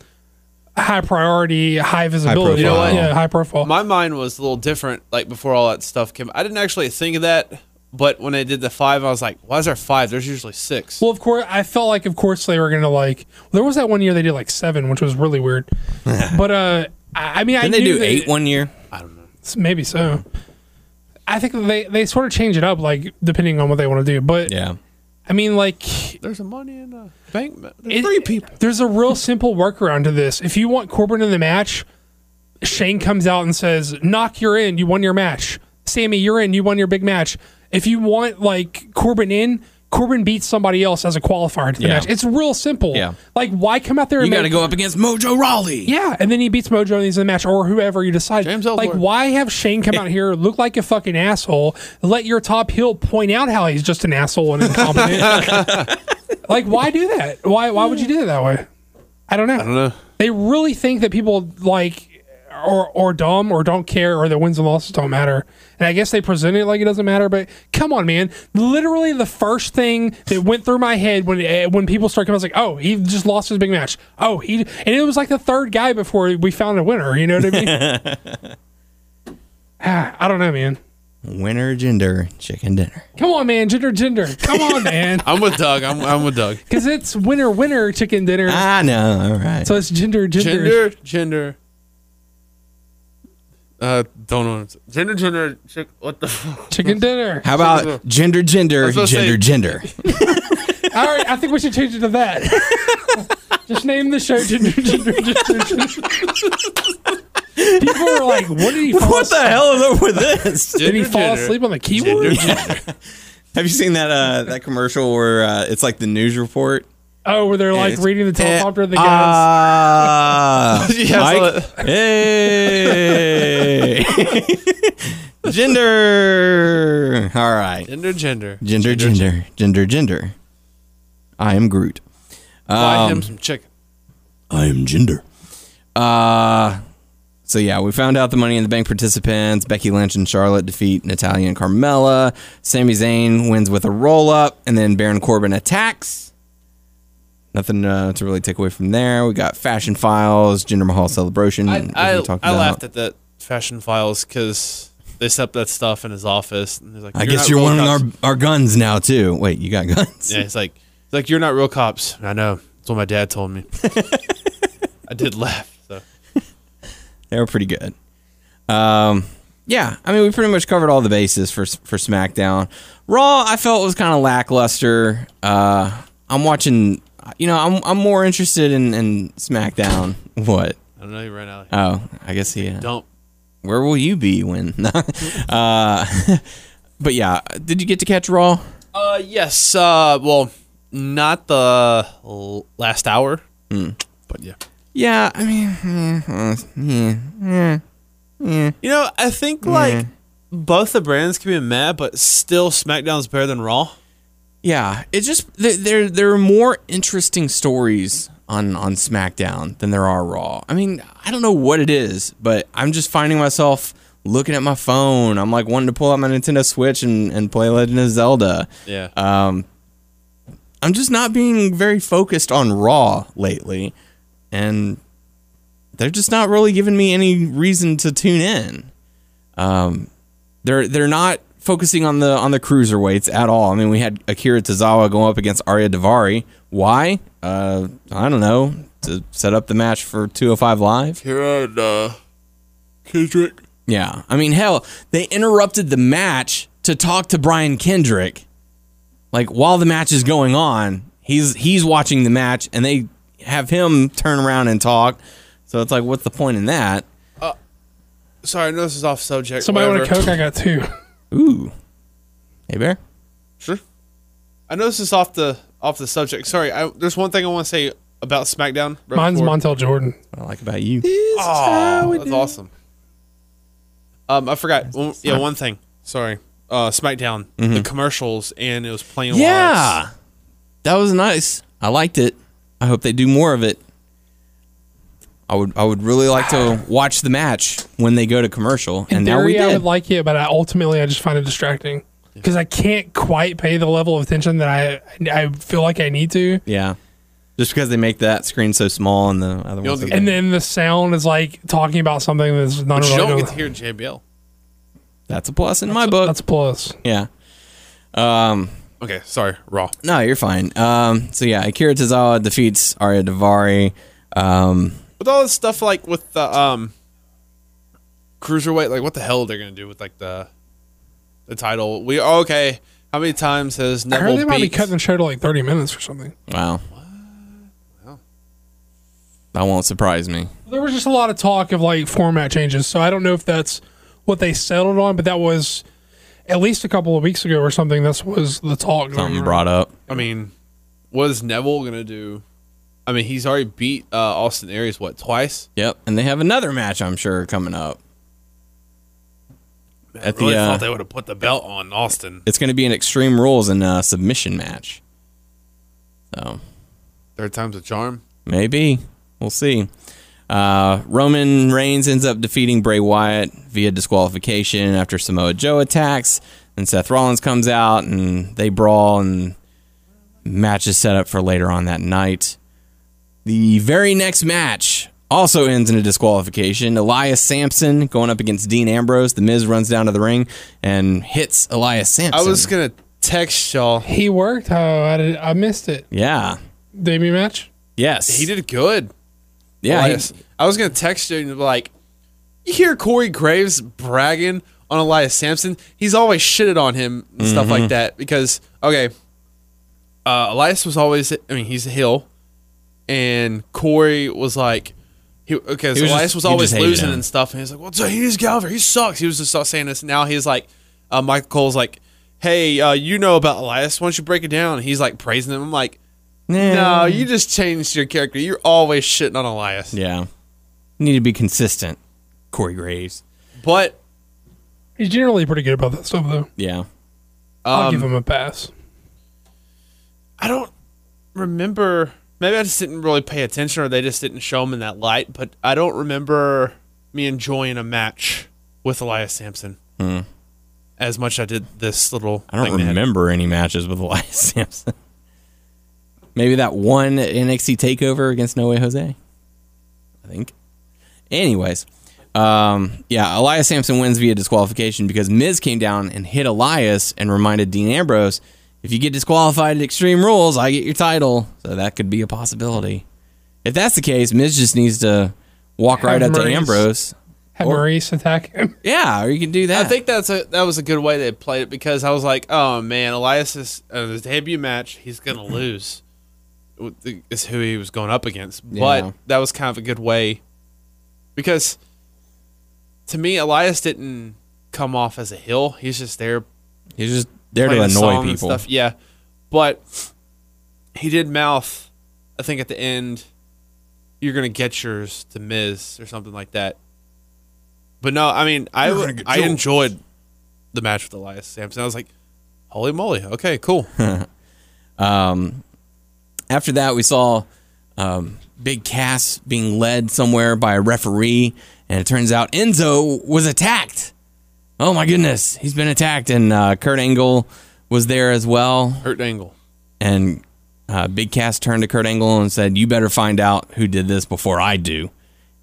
high priority, high visibility, You know what? yeah, high profile. my mind was a little different. Like before all that stuff came, I didn't actually think of that. But when I did the five, I was like, "Why is there five? There's usually six. well, of course, I felt like of course they were gonna like. There was that one year they did like seven, which was really weird. but uh, I, I mean, I Didn't they knew do that- eight one year? Maybe so. I think that they they sort of change it up, like depending on what they want to do. But Yeah. I mean, like There's a money in the bank. ma- There's it- three people. There's a real simple workaround to this. If you want Corbin in the match, Shane comes out and says, "Knock, you're in. You won your match. Sammy, you're in. You won your big match." If you want like Corbin in. Corbin beats somebody else as a qualifier to the Yeah. match. It's real simple. Yeah. Like, why come out there You and got to make- go up against Mojo Rawley. Yeah, and then he beats Mojo and he's in the match, or whoever you decide. James Ellsworth. like, why have Shane come out here, look like a fucking asshole, let your top heel point out how he's just an asshole and incompetent? like, why do that? Why why would you do it that way? I don't know. I don't know. They really think that people like or or dumb or don't care or their wins and losses don't matter. And I guess they present it like it doesn't matter, but come on, man. Literally the first thing that went through my head when eh, when people start coming, I was like, oh, he just lost his big match. Oh, he and it was like the third guy before we found a winner. You know what I mean? Ah, I don't know, man. Winner gender chicken dinner. Come on, man. Gender, gender. Come on, man. I'm with Doug. I'm, I'm with Doug. Because it's winner, winner, chicken dinner. I know. All right. So it's gender, gender. Gender, gender. Uh, don't know. Gender, gender. Chick, what the? Fuck? Chicken dinner. How about gender gender was gender gonna say- gender? All right, I think we should change it to that. Just name the show Ginger Ginger Ginger. Ginger. People were like, "What did he fall? What the hell is up with this? Did he Gender, fall gender. asleep on the keyboard?" Have you seen that uh, that commercial where uh, it's like the news report? Oh, where they're like It's- uh, reading the Eh, teleprompter. The guys. Ah, Yeah, I saw Mike. Hey, gender. All right, Gender, gender. gender, gender, gender, gender. I am Groot. Buy him some chicken. I am gender. Uh so yeah, we found out the Money in the Bank participants. Becky Lynch and Charlotte defeat Natalia and Carmella. Sami Zayn wins with a roll up, and then Baron Corbin attacks. Nothing uh, to really take away from there. We got Fashion Files, Jinder Mahal celebration. I, as I, we talked I about. laughed at that fashion files because they set up that stuff in his office. And he's like, I not guess you're real wanting our, cops." our guns now too. Wait, you got guns? Yeah, he's like, he's like, you're not real cops. I know. That's what my dad told me. I did laugh. So. They were pretty good. Um, yeah, I mean, we pretty much covered all the bases for for SmackDown. Raw, I felt was kind of lackluster. Uh, I'm watching, you know, I'm I'm more interested in, in SmackDown. What? I don't know. You ran out. Of Oh, I guess he. Uh, Don't. where will you be when? uh, but yeah, did you get to catch Raw? Uh, yes. Uh, well, not the l- last hour, Mm. but yeah. Yeah, I mean, yeah, uh, yeah, yeah. You know, I think like both the brands can be mad, but still SmackDown's better than Raw. Yeah, it just th- there there are more interesting stories on on SmackDown than there are Raw. I mean, I don't know what it is, but I'm just finding myself looking at my phone. I'm like wanting to pull out my Nintendo Switch and and play Legend of Zelda. Yeah. Um, I'm just not being very focused on Raw lately, and they're just not really giving me any reason to tune in. Um, they're they're not focusing on the on the cruiserweights at all. I mean, we had Akira Tozawa go up against Arya Davari. Why? Uh, I don't know. To set up the match for 205 Live. and uh, Kendrick. Yeah, I mean, hell, they interrupted the match to talk to Brian Kendrick. Like while the match is going on, he's he's watching the match, and they have him turn around and talk. So it's like, what's the point in that? Sorry, I know this is off subject. Somebody whatever. want a coke? I got two. Ooh, hey bear. Sure. I know this is off the off the subject. Sorry, I, there's one thing I want to say about SmackDown. right Mine's before- Montel Jordan. What I like about you. Oh, that's awesome. Um, I forgot. One, yeah, one thing. Sorry. Uh, SmackDown. The commercials and it was playing. Yeah, that was nice. I liked it. I hope they do more of it. I would I would really like to watch the match when they go to commercial, and now we theory, I did. would like it, but I ultimately I just find it distracting because I can't quite pay the level of attention that I I feel like I need to. Yeah. Just because they make that screen so small and the other You'll ones. get- And then the sound is like talking about something that's not But you really. don't going- get to hear JBL. that's a plus in my book. That's a plus. yeah. Okay, sorry. Raw. No, you're fine. Um, so yeah, Akira Tozawa defeats Arya Davari. Um, With all this stuff like with the um cruiserweight, like what the hell they're gonna do with like the the title? We okay. How many times has I heard Neville they might be beat? cutting the show to like thirty minutes or something. wow. That won't surprise me. There was just a lot of talk of like format changes, so I don't know if that's what they settled on, but that was at least a couple of weeks ago or something. This was the talk. Something brought up. I mean, what is Neville gonna do? I mean, he's already beat uh, Austin Aries what twice? Yep. And they have another match, I'm sure, coming up. At the, really uh, thought they would have put the belt on Austin. it's going to be an Extreme Rules and uh, submission match. So. Third time's a charm. Maybe. We'll see. Uh, Roman Reigns ends up defeating Bray Wyatt via disqualification after Samoa Joe attacks, and Seth Rollins comes out and they brawl and match is set up for later on that night. The very next match also ends in a disqualification. Elias Sampson going up against Dean Ambrose. The Miz runs down to the ring and hits Elias I Sampson. was gonna text y'all. He worked. Oh, I did, I missed it. yeah. Debut match. Yes. He did good. Yeah. he- Elias. I was gonna text you and be like, you hear Corey Graves bragging on Elias Sampson? He's always shitted on him and stuff Mm-hmm. like that because okay, uh, Elias was always I mean he's a heel, and Corey was like. He, okay, so was Elias just- was he always just hated losing him. and stuff, and he's like, "Well, so he's Gallagher, he sucks." He was just all saying this. Now he's like, uh, Michael Cole's like, "Hey, uh, you know about Elias? Why don't you break it down?" And he's like praising him. I'm like, "No, you just changed your character. You're always shitting on Elias." Yeah. Need to be consistent. Corey Graves. But He's generally pretty good about that stuff, though. Yeah. I'll Um, give him a pass. I don't remember. Maybe I just didn't really pay attention, or they just didn't show him in that light. But I don't remember me enjoying a match with Elias Sampson as much. as I did this little. Hmm. I don't thing they had. remember any matches with Elias Sampson. Maybe that one NXT takeover against No Way Jose. I think. Anyways, um, yeah, Elias Sampson wins via disqualification because Miz came down and hit Elias and reminded Dean Ambrose, if you get disqualified at Extreme Rules, I get your title. So that could be a possibility. If that's the case, Miz just needs to walk right Have up to Maurice. Ambrose Have Maurice attack him. Yeah, or you can do that. I think that's a that was a good way they played it because I was like, oh man, Elias is uh, his debut match, he's gonna lose. with the- Is who he was going up against, Yeah. but that was kind of a good way because to me, Elias didn't come off as a heel. He's just there he's just there to playing the song annoy and people. Stuff. Yeah, but he did mouth. I think at the end, you're gonna get yours to Miz or something like that. But no, I mean, I I enjoyed the match with Elias Sampson. I was like, holy moly, okay, cool. Um, After that, we saw um, Big Cass being led somewhere by a referee, and it turns out Enzo was attacked. Oh my goodness, he's been attacked, and uh, Kurt Angle was there as well. Hurt Angle. And uh, Big Cass turned to Kurt Angle and said, "You better find out who did this before I do,"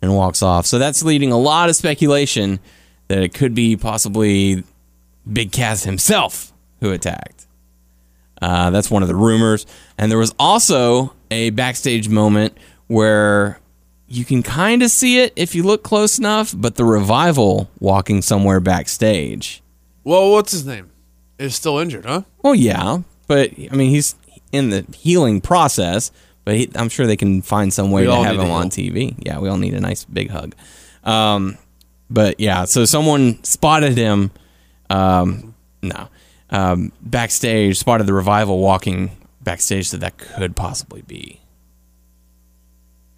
and walks off. So that's leading a lot of speculation that it could be possibly Big Cass himself who attacked. Uh, that's one of the rumors. And there was also a backstage moment where you can kind of see it if you look close enough, but the revival walking somewhere backstage. Well, what's his name? Is still injured, huh? Well, yeah, but I mean, he's in the healing process, but he, I'm sure they can find some way We to all have need to him on TV. Yeah, we all need a nice big hug. Um, but yeah, so someone spotted him. Um, no, um, backstage spotted the revival walking backstage, so that could possibly be.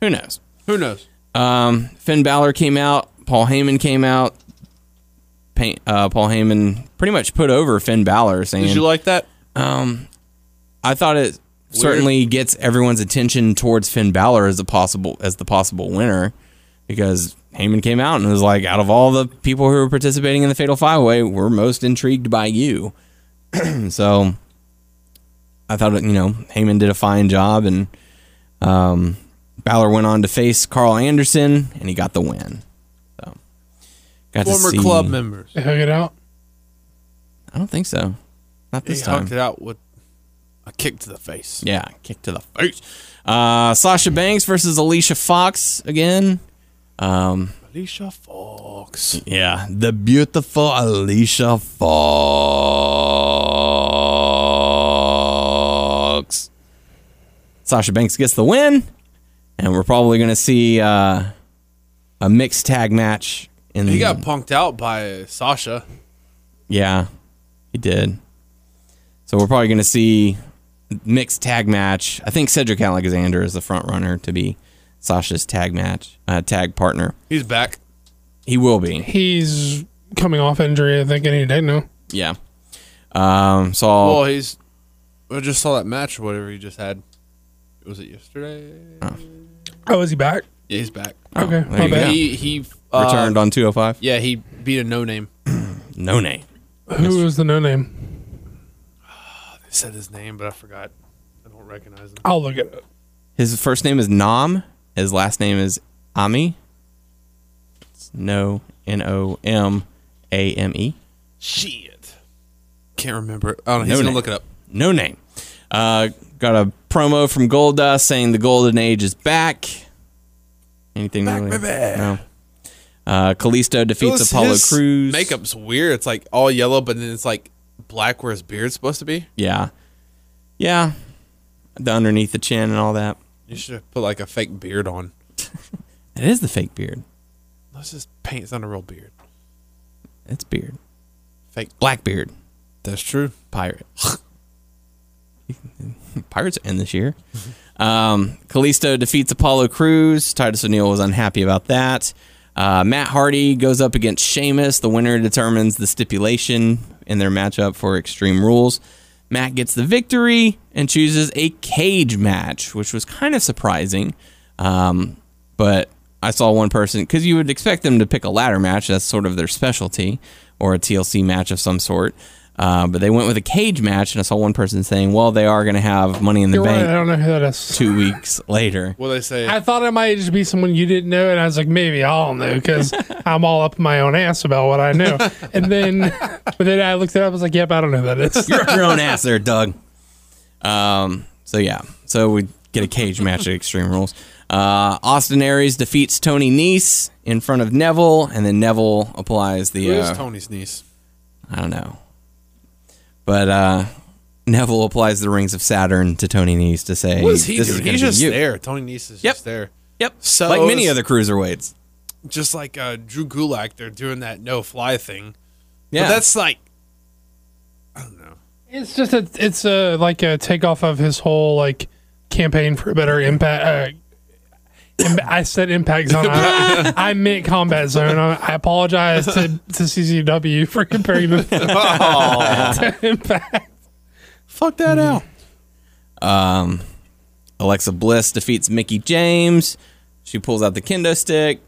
Who knows? Who knows? Um, Finn Balor came out. Paul Heyman came out. Pa- uh, Paul Heyman pretty much put over Finn Balor, saying, Did you like that? Um, I thought it certainly gets everyone's attention towards Finn Balor as a possible as the possible winner because Heyman came out and was like, out of all the people who were participating in the Fatal Five Way, we're most intrigued by you. so I thought you know Heyman did a fine job and um, Balor went on to face Carl Anderson and he got the win. So got to Former see- club members. They hug it out. I don't think so. Not He this time. hooked it out with a kick to the face. Yeah, kick to the face. Uh, Sasha Banks versus Alicia Fox again. Um, Alicia Fox. Yeah, the beautiful Alicia Fox. Sasha Banks gets the win, and we're probably going to see uh, a mixed tag match in the He got punked out by Sasha. Yeah, he did. So we're probably going to see mixed tag match. I think Cedric Alexander is the front runner to be Sasha's tag match uh, tag partner. He's back. He will be. He's coming off injury, I think, any day now. Yeah. Um, so Well, he's. I just saw that match or whatever he just had. Was it yesterday? Oh, is he back? Yeah, he's back. Okay, there my you bad. He he uh, Oh. returned on 205. Yeah, he beat a no name. No name. Who was the no name? I said his name, but I forgot. I don't recognize him. I'll look it up. His first name is Nom. His last name is Ami. It's no N O M A M E. Shit. Can't remember. it. I don't know. No He's gonna name. look it up. no name. Uh, got a promo from Goldust saying the golden age is back. Anything really? No. Uh, Kalisto defeats His- Apollo his Cruz. Makeup's weird. It's like all yellow, but then it's like black where his beard's supposed to be. Yeah, yeah. The underneath the chin and all that. You should have put like a fake beard on. It is the fake beard. Let's just paint. It's not a real beard. It's beard. Fake. Black beard. That's true. pirate. Pirates end this year. Um, Kalisto defeats Apollo Cruz. Titus O'Neil was unhappy about that. Uh, Matt Hardy goes up against Sheamus. The winner determines the stipulation in their matchup for Extreme Rules. Matt gets the victory and chooses a cage match, which was kind of surprising. Um, but I saw one person because you would expect them to pick a ladder match. That's sort of their specialty, or a TLC match of some sort. Uh, but they went with a cage match, and I saw one person saying, "Well, they are going to have Money in the You're right. Bank I don't know who that is. two weeks later." What they say? I thought it might just be someone you didn't know, and I was like, maybe I'll know because I'm all up my own ass about what I know. And then, but then I looked it up. I was like, yep, I don't know who that is. You're up your own ass there, Doug. Um, so yeah, so we get a cage match at Extreme Rules. Uh, Austin Aries defeats Tony Nese in front of Neville, and then Neville applies the. Who is uh, Tony's niece? I don't know. But uh, Neville applies the rings of Saturn to Tony Nese to say, What is he this doing? gonna He's be just you." there. Tony Nese is Yep. just there. Yep. So- like many other cruiserweights. Just like uh, Drew Gulak, they're doing that no fly thing. Yeah. But that's like, I don't know. It's just a, it's a like a takeoff of his whole like campaign for a better impact. Uh, im- I said impact zone. I, I meant combat zone. I, I apologize to, to CCW for comparing them to impact. Fuck that out. Alexa Bliss defeats Mickey James. She pulls out the kendo stick,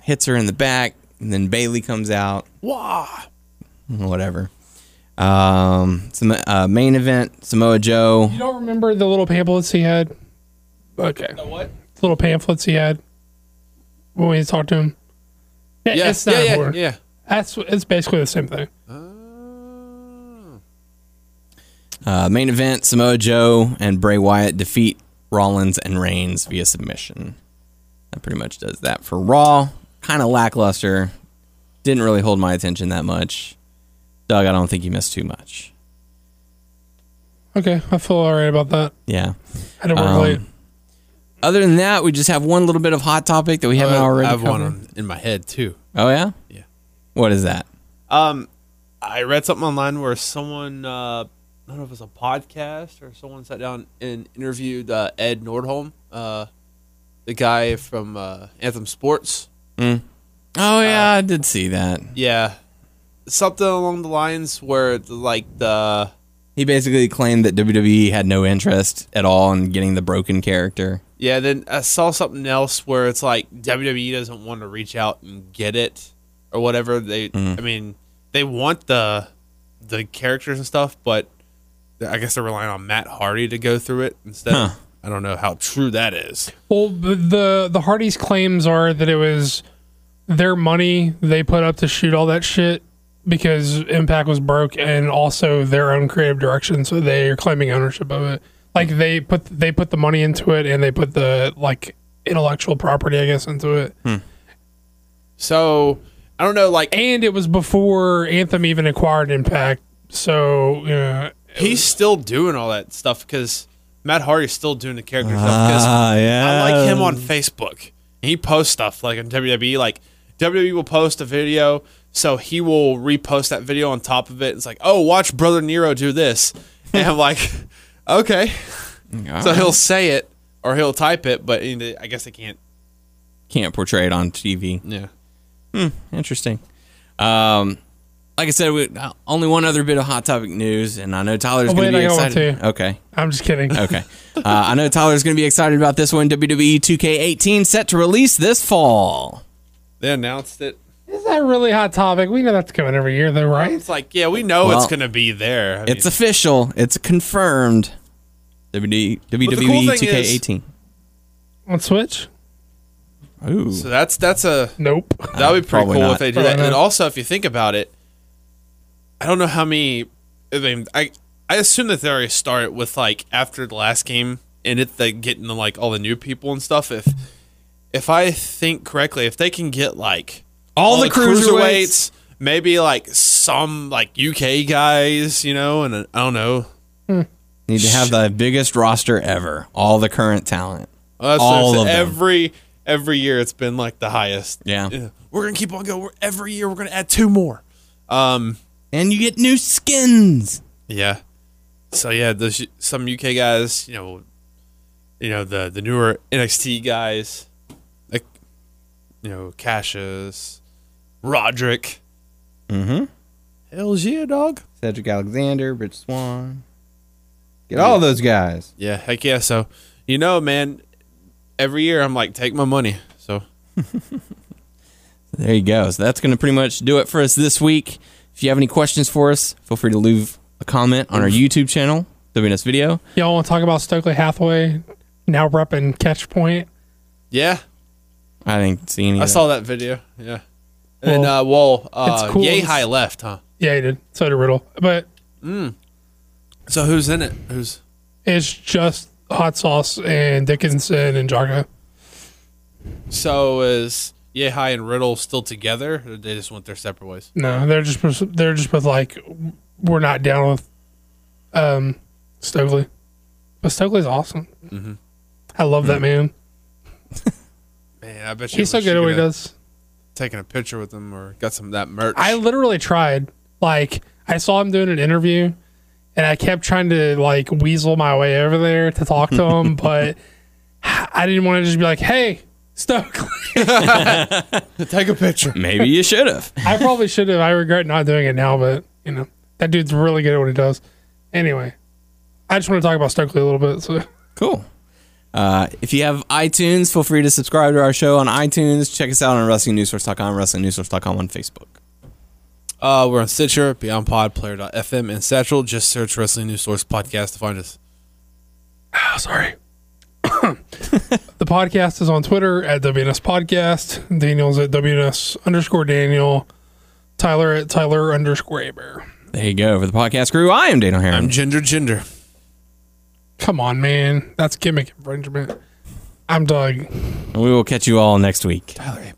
hits her in the back, and then Bailey comes out. Wah. Whatever. Um, some uh, main event: Samoa Joe. You don't remember the little pamphlets he had? Okay. The what? Little pamphlets he had when we talked to him. Yeah, Yeah. it's not yeah, yeah, important. yeah. That's it's basically the same thing. Uh, main event: Samoa Joe and Bray Wyatt defeat Rollins and Reigns via submission. That pretty much does that for Raw. Kind of lackluster. Didn't really hold my attention that much. Doug, I don't think you missed too much. Okay, I feel all right about that. Yeah. I don't work Um, late. Other than that, we just have one little bit of hot topic that we haven't I- already I have covered. one on- in my head too. Oh yeah. Yeah. What is that? Um, I read something online where someone, uh, I don't know if it was a podcast or someone sat down and interviewed uh, Ed Nordholm, uh, the guy from uh, Anthem Sports. Oh yeah, I did see that. Yeah, something along the lines where the, like the He basically claimed that WWE had no interest at all in getting the broken character. yeah. Then I saw something else where it's like WWE doesn't want to reach out and get it or whatever. They, I mean, they want the the characters and stuff, but I guess they're relying on Matt Hardy to go through it instead. Huh. I don't know how true that is. Well, the the- the Hardys' claims are that it was their money they put up to shoot all that shit because Impact was broke, and also their own creative direction. So they are claiming ownership of it. Like they put they put the money into it, and they put the like intellectual property, I guess, into it. So I don't know. Like And it was before Anthem even acquired Impact. So yeah, he's still doing all that stuff because Matt Hardy's still doing the character stuff. Because Ah, yeah. I like him on Facebook. He posts stuff like on WWE. Like WWE will post a video, so he will repost that video on top of it. It's like, oh, watch Brother Nero do this, and I'm like, okay. So he'll say it or he'll type it, but you know, I guess they can't. Can't portray it on TV. Yeah. Interesting. Um, like I said, we, uh, only one other bit of hot topic news, and I know Tyler's Oh, going to wait, be I got one excited. too. Okay. I'm just kidding. Okay. Uh, I know Tyler's going to be excited about this one. E WWE 2K18 set to release this fall. They announced it. Is that a really hot topic? We know that's coming every year, though, right? It's like, yeah, we know Well, it's gonna be there. I It's mean, official. It's confirmed. WD WWE cool thing is- 2K18. On Switch? Ooh. so that's that's a Nope. That would be pretty Probably cool not. if they do that. Probably And not. also, if you think about it, I don't know how many. I mean, I I assume that they already start with like after the last game and it they getting the, like all the new people and stuff. If if I think correctly, if they can get like all, the cruiserweights. maybe like some like UK guys, you know, and uh, I don't know. Need to have the biggest roster ever. All the current talent. Well, that's what I'm All saying. of them. every every year it's been like the highest. Yeah. we're gonna keep on going. We're, every year we're gonna add two more. Um, And you get new skins. Yeah. So yeah, those some UK guys, you know, you know the the newer NXT guys, like you know Cassius, Roderick. Mm-hmm. Hell's yeah, dog. Cedric Alexander, Rich Swan. Get all those guys. Yeah, heck yeah. So you know, man, every year I'm like, take my money. So There you go. So that's going to pretty much do it for us this week. If you have any questions for us, feel free to leave a comment on our YouTube channel, WNS Video. Y'all want to talk about Stokely Hathaway now repping catch point? yeah, I didn't see any. I of that. saw that video. Yeah. And Well, uh, well, uh, it's cool. Yay High left, huh? Yeah, he did. So did Riddle. But So who's in it? Who's it's just hot sauce and Dickinson and Jargo. So is Yehai and Riddle still together? Or they just went their separate ways. No, they're just they're just both like we're not down with um Stokely, but Stokely's awesome. I love that man. Man, I bet you He's so wish you good at what he coulda does. Taken a picture with him or got some of that merch. I literally tried. Like I saw him doing an interview, and I kept trying to like weasel my way over there to talk to him, but I didn't want to just be like, "Hey, Stokely." take a picture. Maybe you should have. I probably should have. I regret not doing it now, but you know that dude's really good at what he does. Anyway, I just want to talk about Stokely a little bit. So Cool. Uh, if you have iTunes, feel free to subscribe to our show on iTunes. Check us out on WrestlingNewsSource.com, WrestlingNewsSource.com on Facebook. Uh, we're on Stitcher, Beyond Pod, Player.fm, and Satchel. Just search Wrestling News Source Podcast to find us. Oh, sorry. the podcast is on Twitter at WNS Podcast. Daniel's at WNS underscore Daniel. Tyler at Tyler underscore Aber. There you go. For the podcast crew, I am Daniel Heron. I'm Ginger Ginger. Come on, man. That's gimmick infringement. I'm Doug. and we will catch you all next week. Tyler